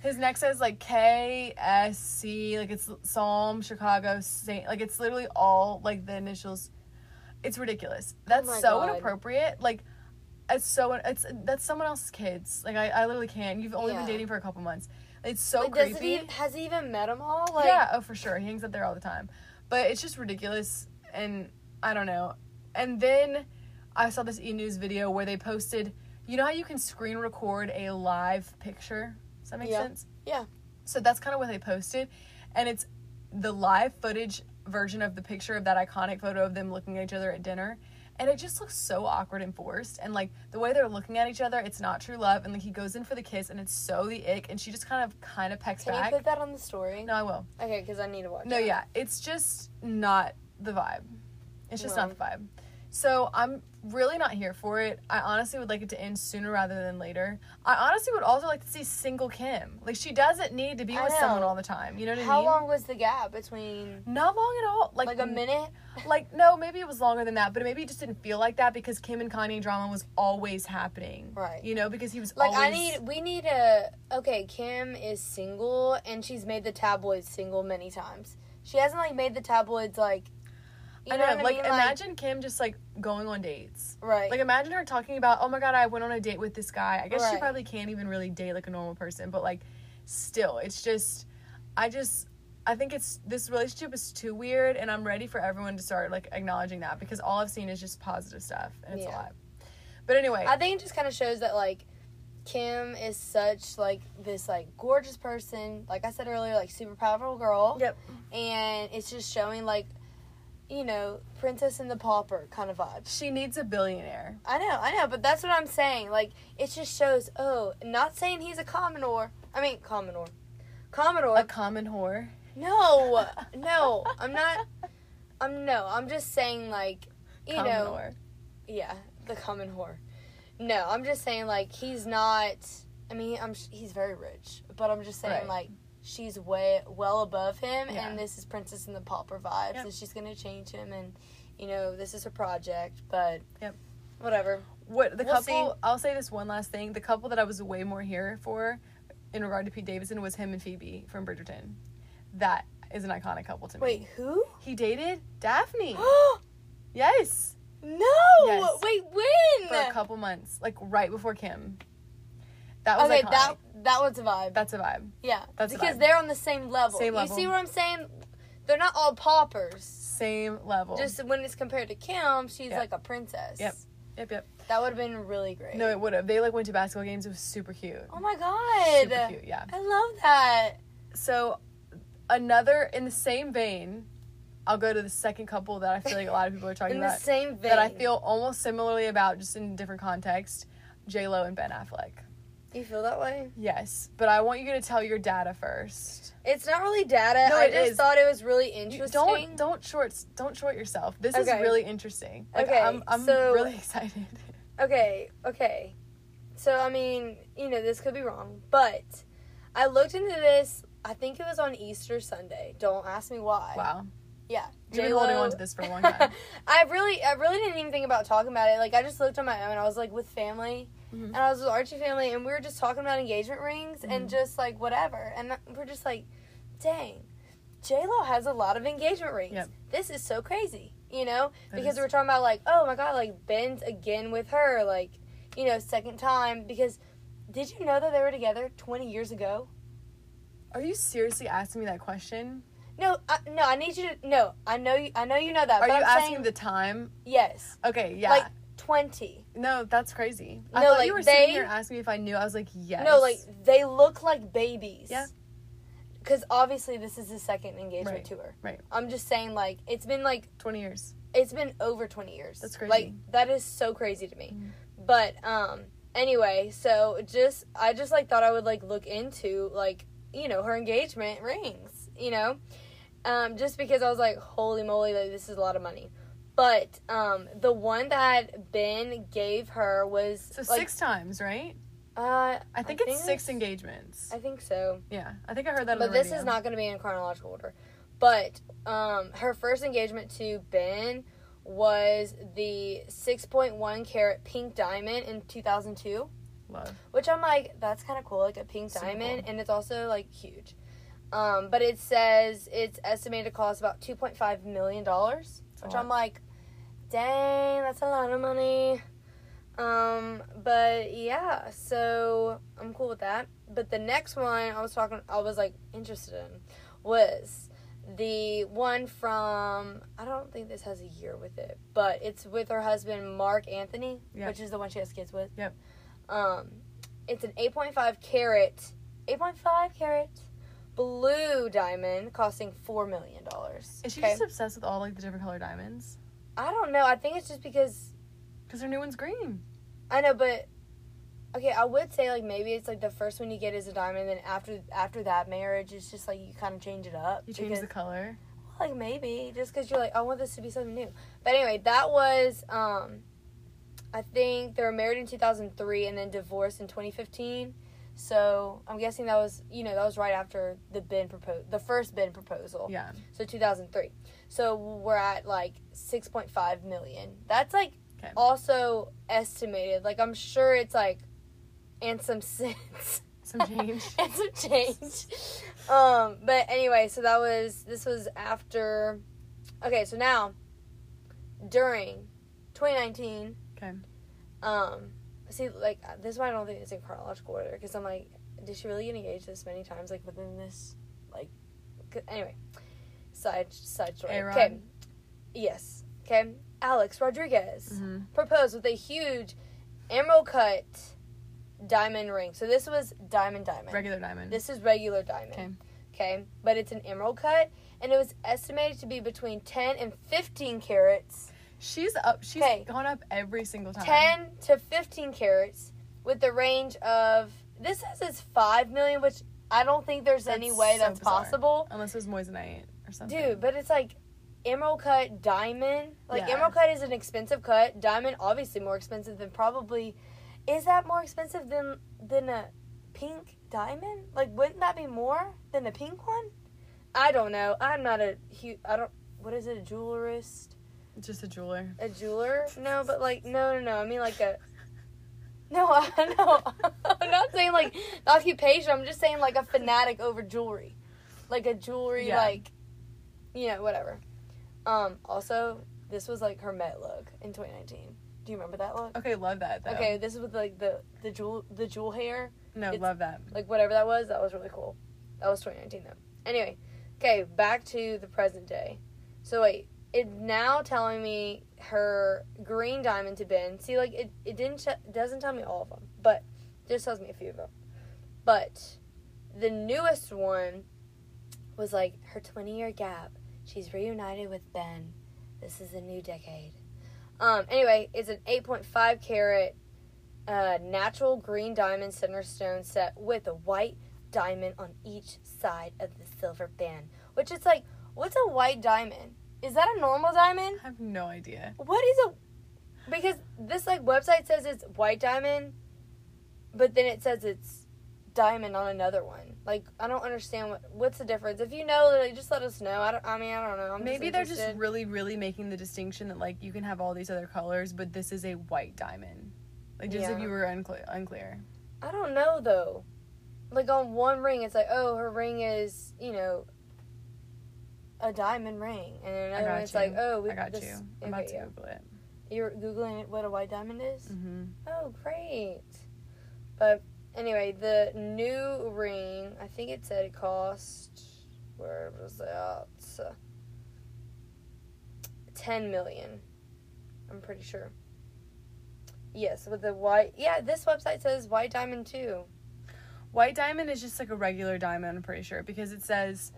Speaker 1: his neck says like K S C, like it's Psalm Chicago Saint, like it's literally all like the initials. It's ridiculous. That's
Speaker 2: Oh my
Speaker 1: so
Speaker 2: God.
Speaker 1: inappropriate. Like, it's so it's that's someone else's kids. Like I, I literally can. You've only
Speaker 2: Yeah.
Speaker 1: been dating for a couple months. It's so
Speaker 2: <laughs> Like, does it
Speaker 1: creepy.
Speaker 2: even, has he even met them all? Like,
Speaker 1: yeah, oh for sure. He hangs out there all the time. But it's just ridiculous and I don't know. And then I saw this E News video where they posted you know how you can screen record a live picture? Does that make
Speaker 2: Yeah.
Speaker 1: sense?
Speaker 2: Yeah.
Speaker 1: So that's kind of what they posted. And it's the live footage version of the picture of that iconic photo of them looking at each other at dinner. And it just looks so awkward and forced. And like the way they're looking at each other, it's not true love. And like he goes in for the kiss and it's so the ick. And she just kind of kind of pecks
Speaker 2: Can
Speaker 1: back.
Speaker 2: you put that on the story?
Speaker 1: no, I will.
Speaker 2: Okay, because I need to watch.
Speaker 1: No,
Speaker 2: it.
Speaker 1: yeah, it's just not the vibe. It's just
Speaker 2: No.
Speaker 1: not the vibe. So I'm really not here for it. I honestly would like it to end sooner rather than later. I honestly would also like to see single Kim. Like she doesn't need to be
Speaker 2: I
Speaker 1: with someone
Speaker 2: know.
Speaker 1: all the time. You know what I
Speaker 2: How
Speaker 1: mean?
Speaker 2: long was the gap between?
Speaker 1: Not long at all. Like,
Speaker 2: Like, a minute.
Speaker 1: Like no, maybe it was longer than that, but maybe it just didn't feel like that because Kim and Kanye drama was always happening.
Speaker 2: Right.
Speaker 1: You know, because he was
Speaker 2: Like I
Speaker 1: always-
Speaker 2: need. We need a. Okay, Kim is single, and she's made the tabloids single many times. She hasn't like made the tabloids like. You
Speaker 1: I know,
Speaker 2: what I
Speaker 1: like
Speaker 2: mean?
Speaker 1: imagine Kim just like going on dates.
Speaker 2: right.
Speaker 1: Like imagine her talking about, oh my god, I went on a date with this guy. I guess she
Speaker 2: Right.
Speaker 1: probably can't even really date like a normal person, but like still, it's just I just I think it's this relationship is too weird and I'm ready for everyone to start like acknowledging that because all I've seen is just positive stuff and it's a
Speaker 2: Yeah.
Speaker 1: lot. But anyway,
Speaker 2: I think it just kind of shows that like Kim is such like this like gorgeous person, like I said earlier, like super powerful girl.
Speaker 1: Yep.
Speaker 2: And it's just showing like you know, princess and the pauper kind of vibes.
Speaker 1: she needs a billionaire.
Speaker 2: I know, I know, but that's what I'm saying. Like it just shows oh, not saying he's a commodore. I mean, commodore. Commodore.
Speaker 1: A common whore.
Speaker 2: no. No, I'm not I'm no, I'm just saying like you
Speaker 1: common
Speaker 2: know,
Speaker 1: whore.
Speaker 2: yeah, the common whore. No, I'm just saying like he's not. I mean, I'm sh- he's very rich, but I'm just saying
Speaker 1: Right.
Speaker 2: like she's way well above him,
Speaker 1: Yeah.
Speaker 2: and this is Princess and the Pauper vibes,
Speaker 1: Yep.
Speaker 2: and she's gonna change him, and you know this is her project, but
Speaker 1: Yep.
Speaker 2: whatever.
Speaker 1: What the
Speaker 2: We'll
Speaker 1: couple?
Speaker 2: see.
Speaker 1: I'll say this one last thing. The couple that I was way more here for, in regard to Pete Davidson, was him and Phoebe from Bridgerton. That is an iconic couple to me.
Speaker 2: Wait, who?
Speaker 1: He dated
Speaker 2: <gasps>
Speaker 1: Daphne.
Speaker 2: no.
Speaker 1: yes, Yes.
Speaker 2: Wait,
Speaker 1: for a
Speaker 2: when?
Speaker 1: couple months, like right before Kim. That was
Speaker 2: Okay,
Speaker 1: iconic.
Speaker 2: that that was a vibe.
Speaker 1: That's a vibe.
Speaker 2: yeah,
Speaker 1: that's a
Speaker 2: because
Speaker 1: vibe.
Speaker 2: they're on the same level.
Speaker 1: Same
Speaker 2: you
Speaker 1: level.
Speaker 2: see what I'm saying? They're not all paupers.
Speaker 1: Same level.
Speaker 2: Just when it's compared to Kim, she's
Speaker 1: Yep.
Speaker 2: like a princess.
Speaker 1: Yep. yep, yep.
Speaker 2: That would have been really great.
Speaker 1: No, it would have. They like went to basketball games. It was super cute.
Speaker 2: Oh my god.
Speaker 1: Super cute. Yeah.
Speaker 2: I love that.
Speaker 1: So, another in the same vein, I'll go to the second couple that I feel like a lot of people are talking
Speaker 2: <laughs> In the
Speaker 1: about.
Speaker 2: same vein.
Speaker 1: that I feel almost similarly about, just in a different context, J Lo and Ben Affleck.
Speaker 2: You feel that way?
Speaker 1: Yes, but I want you to tell your data first.
Speaker 2: It's not really data.
Speaker 1: No,
Speaker 2: I
Speaker 1: it
Speaker 2: just
Speaker 1: is.
Speaker 2: thought it was really
Speaker 1: You-
Speaker 2: interesting.
Speaker 1: Don't don't short don't short yourself. This is
Speaker 2: Okay.
Speaker 1: really interesting. Like
Speaker 2: Okay,
Speaker 1: I'm I'm
Speaker 2: so-
Speaker 1: really <laughs> excited.
Speaker 2: Okay, okay. So I mean, you know, this could be wrong, but I looked into this. I think it was on Easter Sunday. Don't ask me why.
Speaker 1: Wow,
Speaker 2: Yeah.
Speaker 1: you've been
Speaker 2: J.Lo-
Speaker 1: holding on to this for a long time.
Speaker 2: <laughs> I really, I really didn't even think about talking about it. Like I just looked on my own. I was like with family,
Speaker 1: Mhm.
Speaker 2: and I was with Archie family, and we were just talking about engagement rings
Speaker 1: Mm-hmm.
Speaker 2: and just like whatever. And th- we're just like, dang, J Lo has a lot of engagement rings.
Speaker 1: Yep.
Speaker 2: This is so crazy, you know?
Speaker 1: That
Speaker 2: because
Speaker 1: is-
Speaker 2: we we're talking about like, oh my god, like Ben's again with her, like, you know, second time. Because did you know that they were together twenty years ago?
Speaker 1: Are you seriously asking me that question?
Speaker 2: No, I, no, I need you to no. I know you. I know you know that.
Speaker 1: Are
Speaker 2: but
Speaker 1: you
Speaker 2: I'm
Speaker 1: asking
Speaker 2: saying,
Speaker 1: the time?
Speaker 2: yes?
Speaker 1: Okay, yeah.
Speaker 2: Like twenty.
Speaker 1: no, that's crazy. I
Speaker 2: No,
Speaker 1: thought
Speaker 2: like,
Speaker 1: you were
Speaker 2: they-
Speaker 1: sitting here asking me if I knew. I was like, yes.
Speaker 2: No, like they look like babies.
Speaker 1: Yeah.
Speaker 2: Because obviously this is his second engagement
Speaker 1: Right,
Speaker 2: tour.
Speaker 1: right.
Speaker 2: I'm just saying, like it's been like
Speaker 1: twenty years.
Speaker 2: it's been over 20 years.
Speaker 1: That's crazy. Mm-hmm.
Speaker 2: Like that is so crazy to me. But um, anyway, so just I just like thought I would like look into like you know her engagement rings. You know, um, just because I was like, holy moly, like this is a lot of money. But um, the one that Ben gave her was
Speaker 1: So
Speaker 2: like,
Speaker 1: six times, right?
Speaker 2: Uh,
Speaker 1: I think it's six engagements.
Speaker 2: I think so.
Speaker 1: yeah, I think I heard that. on
Speaker 2: But
Speaker 1: the
Speaker 2: this
Speaker 1: radio.
Speaker 2: is not going to be in chronological order. But um, her first engagement to Ben was the 6.1 carat pink diamond in 2002,
Speaker 1: love.
Speaker 2: which I'm like, that's kind of cool, like a pink
Speaker 1: Super
Speaker 2: diamond,
Speaker 1: cool.
Speaker 2: and it's also like huge. Um, but it says it's estimated to cost about 2.5 million dollars,
Speaker 1: a
Speaker 2: which
Speaker 1: lot.
Speaker 2: I'm like, dang, that's a lot of money. Um, but yeah, so I'm cool with that. But the next one I was talking, I was like interested in was the one from I don't think this has a year with it, but it's with her husband Mark Anthony,
Speaker 1: Yep.
Speaker 2: which is the one she has kids with.
Speaker 1: Yep.
Speaker 2: Um, it's an 8.5 carat, 8.5 carat blue diamond costing four million dollars.
Speaker 1: Is she just obsessed with all like the different color diamonds?
Speaker 2: I don't know. I think it's just because
Speaker 1: Because her new one's green.
Speaker 2: I know, but okay, I would say like maybe it's like the first one you get is a diamond, then after after that marriage, it's just like you kind of change it up.
Speaker 1: You change
Speaker 2: because-
Speaker 1: the color.
Speaker 2: like maybe just because you're like I want this to be something new. But anyway, that was um, I think they were married in 2003 and then divorced in 2015. So I'm guessing that was you know that was right after the Ben proposal, the first Ben proposal.
Speaker 1: Yeah.
Speaker 2: So 2003. So we're at like 6.5 million. That's like
Speaker 1: Okay.
Speaker 2: also estimated. Like I'm sure it's like and some cents <laughs>
Speaker 1: Some change.
Speaker 2: and some change. Um, but anyway, so that was this was after. Okay, so now during 2019.
Speaker 1: Okay.
Speaker 2: Um, see, like this is why I don't think it's in chronological order because I'm like, did she really get engaged this many times? Like within this, like, 'cause- anyway, side side story.
Speaker 1: A-Rod.
Speaker 2: Okay. Yes. Okay. Alex Rodriguez
Speaker 1: Mm-hmm.
Speaker 2: proposed with a huge emerald cut diamond ring. So this was diamond diamond.
Speaker 1: Regular diamond.
Speaker 2: This is regular diamond. Okay. But it's an emerald cut and it was estimated to be between 10 and 15 carats.
Speaker 1: she's up. She's
Speaker 2: Okay.
Speaker 1: gone up every single time.
Speaker 2: 10 to 15 carats with the range of this says it's 5 million which I don't think there's any
Speaker 1: That's
Speaker 2: way
Speaker 1: so
Speaker 2: that's
Speaker 1: bizarre.
Speaker 2: possible.
Speaker 1: Unless it was moissanite or something.
Speaker 2: Dude, but it's like emerald cut diamond. Like
Speaker 1: Yeah.
Speaker 2: emerald cut is an expensive cut. Diamond obviously more expensive than probably is that more expensive than than a pink diamond? Like wouldn't that be more than the pink one? I don't know. I'm not a hu I don't what is it, a jewelerist?
Speaker 1: Just a jeweler.
Speaker 2: A jeweler? No, but like no no no. I mean like a <laughs> No, I no. <laughs> I'm not saying like the occupation, I'm just saying like a fanatic over jewelry. Like a jewelry
Speaker 1: Yeah.
Speaker 2: like you know, whatever. Um, also this was like her Met look in twenty nineteen. Do you remember that look?
Speaker 1: Okay, love that though.
Speaker 2: Okay, this is with like the the jewel the jewel hair,
Speaker 1: No,
Speaker 2: it's-
Speaker 1: love that.
Speaker 2: like whatever that was. That was really cool. That was 2019 though. Anyway, okay, back to the present day. So wait, it's now telling me her green diamond to Ben. See, like it it didn't sh- doesn't tell me all of them, but just tells me a few of them. But the newest one was like her 20 year gap. She's reunited with Ben. This is a new decade. Um, anyway, it's an 8.5 carat uh, natural green diamond center stone set with a white diamond on each side of the silver band. Which it's like, what's a white diamond? Is that a normal diamond?
Speaker 1: I have no idea.
Speaker 2: What is a? Because this like website says it's white diamond, but then it says it's diamond on another one. Like I don't understand what what's the difference. If you know, like, just let us know. I don't. I mean, I don't know. I'm
Speaker 1: Maybe they're just
Speaker 2: interested.
Speaker 1: really, really making the distinction that like you can have all these other colors, but this is a white diamond. Like just if
Speaker 2: Yeah.
Speaker 1: you were unclear, unclear.
Speaker 2: I don't know though. Like on one ring, it's like oh her ring is you know a diamond ring, and then
Speaker 1: I
Speaker 2: another
Speaker 1: got
Speaker 2: one it's
Speaker 1: you.
Speaker 2: like oh we,
Speaker 1: I got
Speaker 2: this-
Speaker 1: you. I'm
Speaker 2: okay,
Speaker 1: about to
Speaker 2: yeah.
Speaker 1: Google it.
Speaker 2: You're googling what a white diamond is.
Speaker 1: hmm
Speaker 2: Oh, great. But anyway, the new ring, I think it said it cost, where was that? 10 million. I'm pretty sure. Yes, with the white. Yeah, this website says white diamond too.
Speaker 1: White diamond is just like a regular diamond, I'm pretty sure, because it says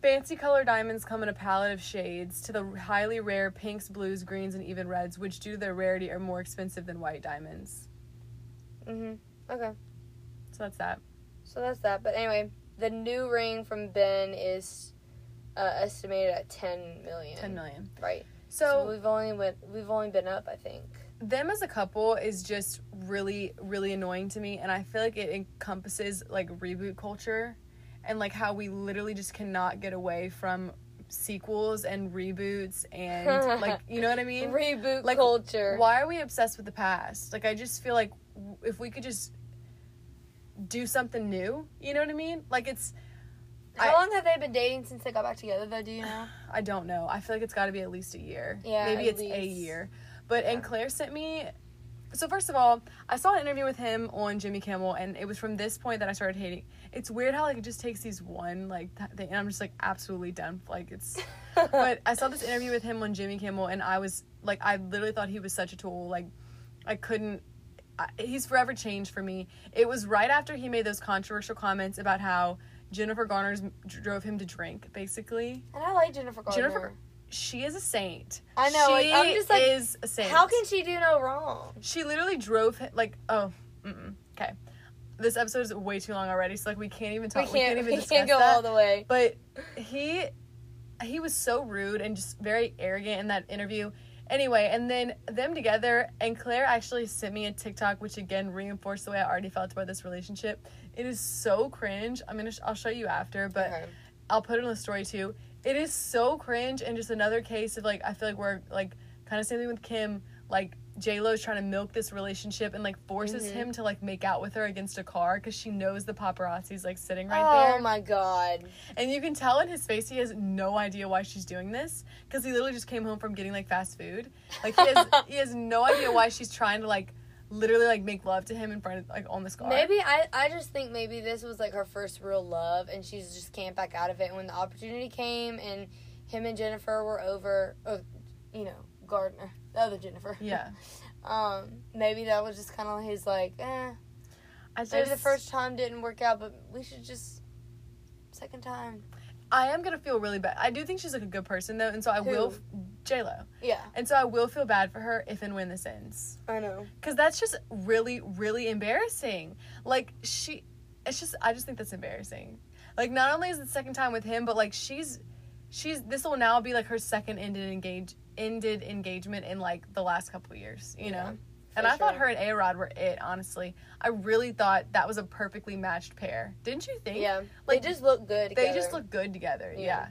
Speaker 1: fancy color diamonds come in a palette of shades to the highly rare pinks, blues, greens, and even reds, which due to their rarity are more expensive than white diamonds.
Speaker 2: Mhm. Okay.
Speaker 1: So that's that.
Speaker 2: So that's that. But anyway, the new ring from Ben is uh, estimated at 10 million.
Speaker 1: Ten million.
Speaker 2: Right. So,
Speaker 1: So
Speaker 2: we've only went we've only been up, I think.
Speaker 1: them as a couple is just really really annoying to me and i feel like it encompasses like reboot culture and like how we literally just cannot get away from sequels and reboots and like you know what i mean
Speaker 2: reboot
Speaker 1: like,
Speaker 2: culture.
Speaker 1: why are we obsessed with the past like i just feel like w- if we could just do something new you know what i mean like it's
Speaker 2: How
Speaker 1: I-
Speaker 2: long have they been dating since they got back together though? Do you <laughs> know?
Speaker 1: I don't know. I feel like it's got to be at least a year.
Speaker 2: Yeah,
Speaker 1: maybe
Speaker 2: at
Speaker 1: it's a
Speaker 2: least.
Speaker 1: year. But and Claire sent me. So first of all, I saw an interview with him on Jimmy Kimmel, and it was from this point that I started hating. It's weird how like it just takes these one like th- thing, and I'm just like absolutely done. Like it's. but I saw this interview with him on Jimmy Kimmel, and I was like, I literally thought he was such a tool. Like, I couldn't. I, he's forever changed for me. It was right after he made those controversial comments about how Jennifer Garner's drove him to drink, basically.
Speaker 2: <laughs> and I like Jennifer Garner.
Speaker 1: Jennifer- She is a saint.
Speaker 2: I know, like,
Speaker 1: She
Speaker 2: I'm just like,
Speaker 1: is a saint.
Speaker 2: How can she do no wrong?
Speaker 1: she literally drove him? Like, oh, mm-mm. okay. This episode is way too long already, so like we can't even talk.
Speaker 2: we can't.
Speaker 1: even
Speaker 2: We
Speaker 1: discuss
Speaker 2: can't go
Speaker 1: that.
Speaker 2: all the way.
Speaker 1: But he he was so rude and just very arrogant in that interview. Anyway, and then them together and Claire actually sent me a TikTok, which again reinforced the way I already felt about this relationship. It is so cringe. I'm gonna sh- I'll show you after, but
Speaker 2: Okay.
Speaker 1: I'll put it in the story too. It is so cringe and just another case of like I feel like we're like kind of same thing with Kim. Like J Lo's trying to milk this relationship and like forces
Speaker 2: Mm-hmm.
Speaker 4: Mhm.
Speaker 1: him to like make out with her against a car because she knows the paparazzi's like sitting right
Speaker 2: oh
Speaker 1: there.
Speaker 2: my god.
Speaker 1: And you can tell in his face he has no idea why she's doing this because he literally just came home from getting like fast food. Like he has, he has no idea why she's trying to like literally like make love to him in front of like on this car.
Speaker 2: Maybe I, I just think maybe this was like her first real love and she's just can't back out of it. And when the opportunity came and him and Jennifer were over, oh, you know, Gardner, <laughs> the other Jennifer.
Speaker 1: Yeah.
Speaker 2: um, maybe that was just kind of his like, eh.
Speaker 1: I just,
Speaker 2: Maybe the first time didn't work out, but we should just second time.
Speaker 1: I am gonna feel really bad. I do think she's like a good person though, and so I
Speaker 2: Who?
Speaker 1: will J Lo,
Speaker 2: Yeah,
Speaker 1: and so I will feel bad for her if and when this ends.
Speaker 2: I know.
Speaker 1: Cause that's just really, really embarrassing. Like she, it's just I just think that's embarrassing. Like not only is it the second time with him, but like she's, she's this will now be like her second ended engage ended engagement in like the last couple years, you
Speaker 2: Yeah,
Speaker 1: know. And I thought
Speaker 2: sure.
Speaker 1: her and A Rod were it. Honestly, I really thought that was a perfectly matched pair. Didn't you think?
Speaker 2: Yeah,
Speaker 1: Like,
Speaker 2: they just look good.
Speaker 1: They
Speaker 2: together.
Speaker 1: just look good together.
Speaker 2: Yeah,
Speaker 1: Yeah.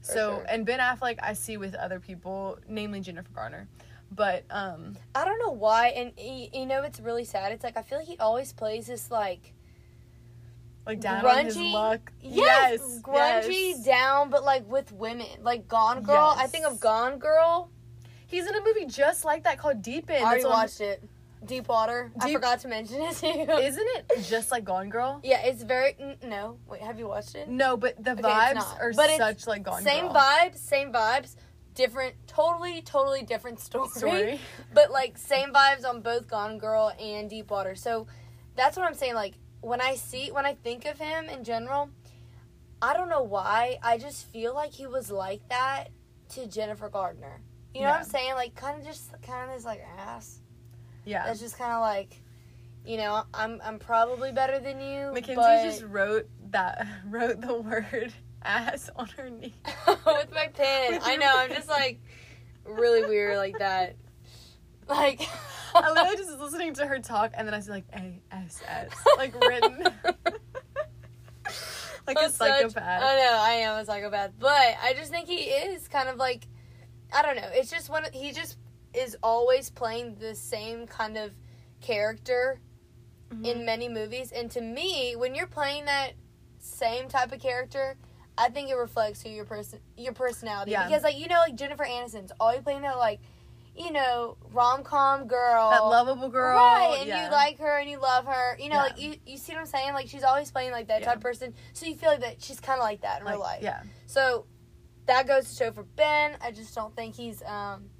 Speaker 2: for
Speaker 1: So
Speaker 2: sure.
Speaker 1: and Ben Affleck I see with other people, namely Jennifer Garner, but um
Speaker 2: I don't know why, and y you know it's really sad. It's like I feel like he always plays this like
Speaker 1: like down on his
Speaker 2: Grungy-
Speaker 1: luck.
Speaker 2: Yes, grungy
Speaker 1: yes.
Speaker 2: down, but like with women, like Gone Girl. I
Speaker 1: Yes.
Speaker 2: think of Gone Girl.
Speaker 1: He's in a movie just like that called Deep End.
Speaker 2: I already
Speaker 1: That's what I'm-
Speaker 2: watched it. Deep Water. I
Speaker 1: Deep-
Speaker 2: forgot to mention it to you.
Speaker 1: Isn't it just like Gone Girl?
Speaker 2: yeah, it's very n- no. Wait, have you watched it?
Speaker 1: No, but the
Speaker 2: Okay, it's
Speaker 1: vibes
Speaker 2: not.
Speaker 1: are
Speaker 2: But it's
Speaker 1: such like Gone
Speaker 2: same
Speaker 1: Girl.
Speaker 2: vibes, same vibes, different, totally, totally different story.
Speaker 1: Story.
Speaker 2: But like same vibes on both Gone Girl and Deep Water. So that's what I'm saying. Like when I see, when I think of him in general, I don't know why. I just feel like he was like that to Jennifer Gardner. You know what I'm
Speaker 1: Yeah.
Speaker 2: saying? Like kind of just kind of this like ass.
Speaker 1: Yeah.
Speaker 2: That's just kind of like, you know, I'm I'm probably better than you.
Speaker 1: Mackenzie
Speaker 2: but-
Speaker 1: just wrote that <laughs> wrote the word ass on her knee.
Speaker 2: <laughs> with my pen.
Speaker 1: With
Speaker 2: I
Speaker 1: your
Speaker 2: know. I'm
Speaker 1: pen.
Speaker 2: just like really weird
Speaker 1: <laughs>
Speaker 2: like that. Like
Speaker 1: I literally just was listening to her talk and then I see like A S
Speaker 2: <laughs>
Speaker 1: S like written. like
Speaker 2: I'm
Speaker 1: a
Speaker 2: such-
Speaker 1: psychopath.
Speaker 2: I know. I am a psychopath, but I just think he is kind of like I don't know. It's just one. of- He just is always playing the same kind of character
Speaker 1: Mm-hmm.
Speaker 2: in many movies, and to me, when you're playing that same type of character. I think it reflects who your person your personality
Speaker 1: Yeah.
Speaker 2: because like you know like Jennifer Aniston's always playing that like you know rom com girl
Speaker 1: that lovable girl.
Speaker 2: Right, and
Speaker 1: yeah.
Speaker 2: you like her and you love her. You know,
Speaker 1: Yeah.
Speaker 2: like you, you see what I'm saying? Like she's always playing like that
Speaker 1: Yeah.
Speaker 2: type of person. So you feel like that she's kinda like that in real life.
Speaker 1: Yeah.
Speaker 2: So that goes to show for Ben. I just don't think he's um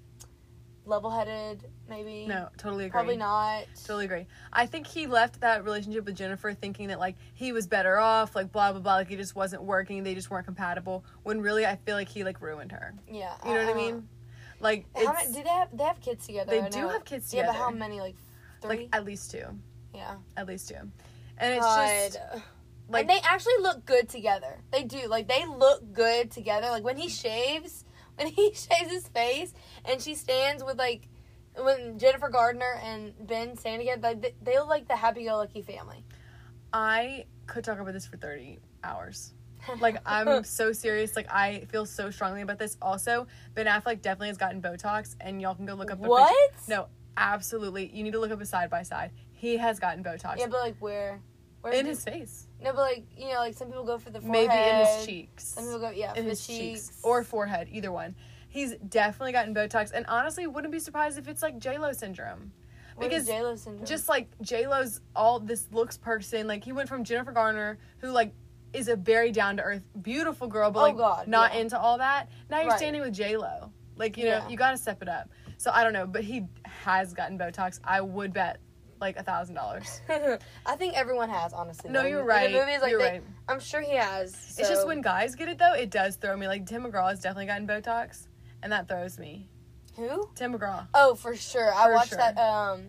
Speaker 2: level headed, maybe.
Speaker 1: No, totally agree.
Speaker 2: Probably not.
Speaker 1: Totally agree. I think he left that relationship with Jennifer thinking that like he was better off, like blah blah blah, like it just wasn't working, they just weren't compatible. When really, I feel like he like ruined her.
Speaker 2: Yeah.
Speaker 1: You know what I
Speaker 2: uh-uh.
Speaker 1: mean? Like
Speaker 2: How
Speaker 1: it's,
Speaker 2: many, do they have they have kids together?
Speaker 1: they
Speaker 2: I
Speaker 1: do
Speaker 2: know.
Speaker 1: have kids
Speaker 2: Yeah,
Speaker 1: together.
Speaker 2: but how many? Like three?
Speaker 1: Like at least two,
Speaker 2: yeah.
Speaker 1: at least two, and it's just
Speaker 2: God.
Speaker 1: like
Speaker 2: and they actually look good together. They do. Like they look good together. Like when he shaves, <laughs> when he shaves his face, and she stands with like when Jennifer Gardner and Ben stand together, like they, they look like the happy-go-lucky family. <laughs>
Speaker 1: I could talk about this for thirty hours. Like I'm
Speaker 2: <laughs>
Speaker 1: so serious. Like I feel so strongly about this. Also, Ben Affleck definitely has gotten Botox, and y'all can go look up the
Speaker 2: what?
Speaker 1: No, absolutely. You need to look up a side by side. He has gotten Botox.
Speaker 2: Yeah, but like where? Where
Speaker 1: in
Speaker 2: do-
Speaker 1: his face,
Speaker 2: no, but like you know, like some people go for the forehead.
Speaker 1: maybe in his cheeks,
Speaker 2: Some people go yeah, for
Speaker 1: in
Speaker 2: the
Speaker 1: his cheeks.
Speaker 2: cheeks
Speaker 1: or forehead, either one. He's definitely gotten Botox, and honestly, wouldn't be surprised if it's like J Lo syndrome.
Speaker 2: What is
Speaker 1: because
Speaker 2: J-Lo syndrome?
Speaker 1: just like J Lo's all this looks person. Like he went from Jennifer Garner, who like is a very down to earth, beautiful girl, but
Speaker 2: Oh,
Speaker 1: like
Speaker 2: God,
Speaker 1: not
Speaker 2: yeah.
Speaker 1: into all that. Now you're
Speaker 2: Right.
Speaker 1: standing with J Lo. Like you know,
Speaker 2: Yeah.
Speaker 1: you gotta step it up. So I don't know, but he has gotten Botox. I would bet like a thousand dollars.
Speaker 2: <laughs> I think everyone has honestly.
Speaker 1: No,
Speaker 2: though.
Speaker 1: you're
Speaker 2: In
Speaker 1: right.
Speaker 2: The movies, like
Speaker 1: you're
Speaker 2: they,
Speaker 1: right.
Speaker 2: I'm sure he has.
Speaker 1: It's just
Speaker 2: so-
Speaker 1: when guys get it though, it does throw me. Like Tim McGraw has definitely gotten Botox, and that throws me.
Speaker 2: who?
Speaker 1: Tim McGraw,
Speaker 2: Oh, for sure. I
Speaker 1: For
Speaker 2: watched
Speaker 1: sure.
Speaker 2: that um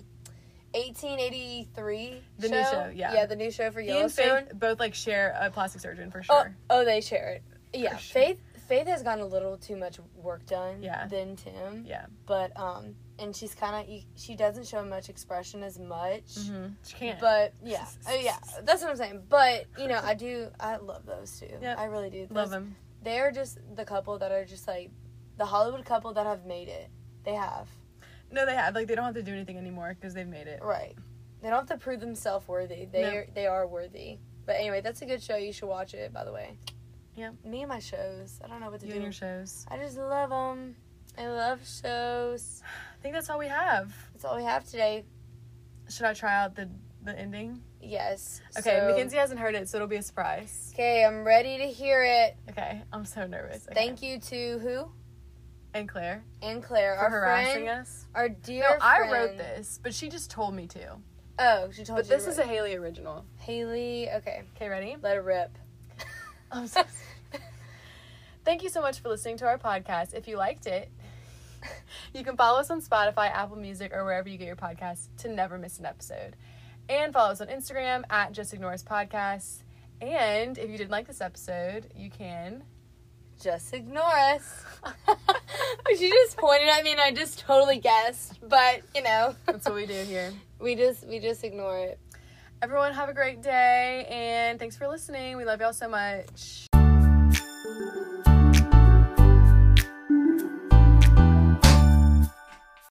Speaker 2: 1883
Speaker 1: The new show, yeah.
Speaker 2: Yeah, the new show for
Speaker 1: he and
Speaker 2: Yellowstone.
Speaker 1: Faith both like share a plastic surgeon for
Speaker 2: Oh,
Speaker 1: sure.
Speaker 2: oh, they share it. Yeah,
Speaker 1: sure.
Speaker 2: Faith Faith has gotten a little too much work done
Speaker 1: Yeah.
Speaker 2: than Tim.
Speaker 1: Yeah.
Speaker 2: But um and she's kind of she doesn't show much expression as much.
Speaker 1: hmm She can't.
Speaker 2: Mm-hmm. But
Speaker 1: <laughs>
Speaker 2: yeah, Oh, yeah, that's what I'm saying. But you know, I do, I love those two.
Speaker 1: Yep.
Speaker 2: I really do.
Speaker 1: Love
Speaker 2: Those-
Speaker 1: him.
Speaker 2: They are just the couple that are just like the Hollywood couple that have made it. They have
Speaker 1: No, they have. Like they don't have to do anything anymore because they've made it.
Speaker 2: right. They don't have to prove themselves worthy. They
Speaker 1: No.
Speaker 2: are, they are worthy. But anyway, that's a good show. You should watch it. By the way.
Speaker 1: Yeah.
Speaker 2: Me and my shows. I don't know what to
Speaker 1: You
Speaker 2: do.
Speaker 1: and your shows.
Speaker 2: I just love them. I love shows.
Speaker 1: I think that's all we have.
Speaker 2: That's all we have today.
Speaker 1: Should I try out the the ending?
Speaker 2: Yes.
Speaker 1: Okay,
Speaker 2: so-
Speaker 1: Mackenzie hasn't heard it, so it'll be a surprise.
Speaker 2: Okay, I'm ready to hear it.
Speaker 1: Okay, I'm so nervous. Okay.
Speaker 2: Thank you to who
Speaker 1: And Claire
Speaker 2: and Claire,
Speaker 1: for
Speaker 2: our
Speaker 1: harassing
Speaker 2: friend,
Speaker 1: us.
Speaker 2: Our dear
Speaker 1: No, I
Speaker 2: friend-
Speaker 1: wrote this, but she just told me to.
Speaker 2: Oh, she told
Speaker 1: But
Speaker 2: you.
Speaker 1: this
Speaker 2: to
Speaker 1: is a
Speaker 2: write.
Speaker 1: Haley original.
Speaker 2: Haley. Okay,
Speaker 1: Okay, ready?
Speaker 2: let it rip.
Speaker 1: <laughs> I'm so- <laughs> Thank you so much for listening to our podcast. If you liked it,
Speaker 2: <laughs>
Speaker 1: you can follow us on Spotify, Apple Music, or wherever you get your podcasts to never miss an episode. And follow us on Instagram at Just Ignores Podcast. And if you didn't like this episode, you can.
Speaker 2: just ignore us. <laughs> she just pointed at me, and I just totally guessed. But you know,
Speaker 1: That's what we do here.
Speaker 2: we just we just ignore it.
Speaker 1: Everyone, have a great day, and thanks for listening. We love y'all so much.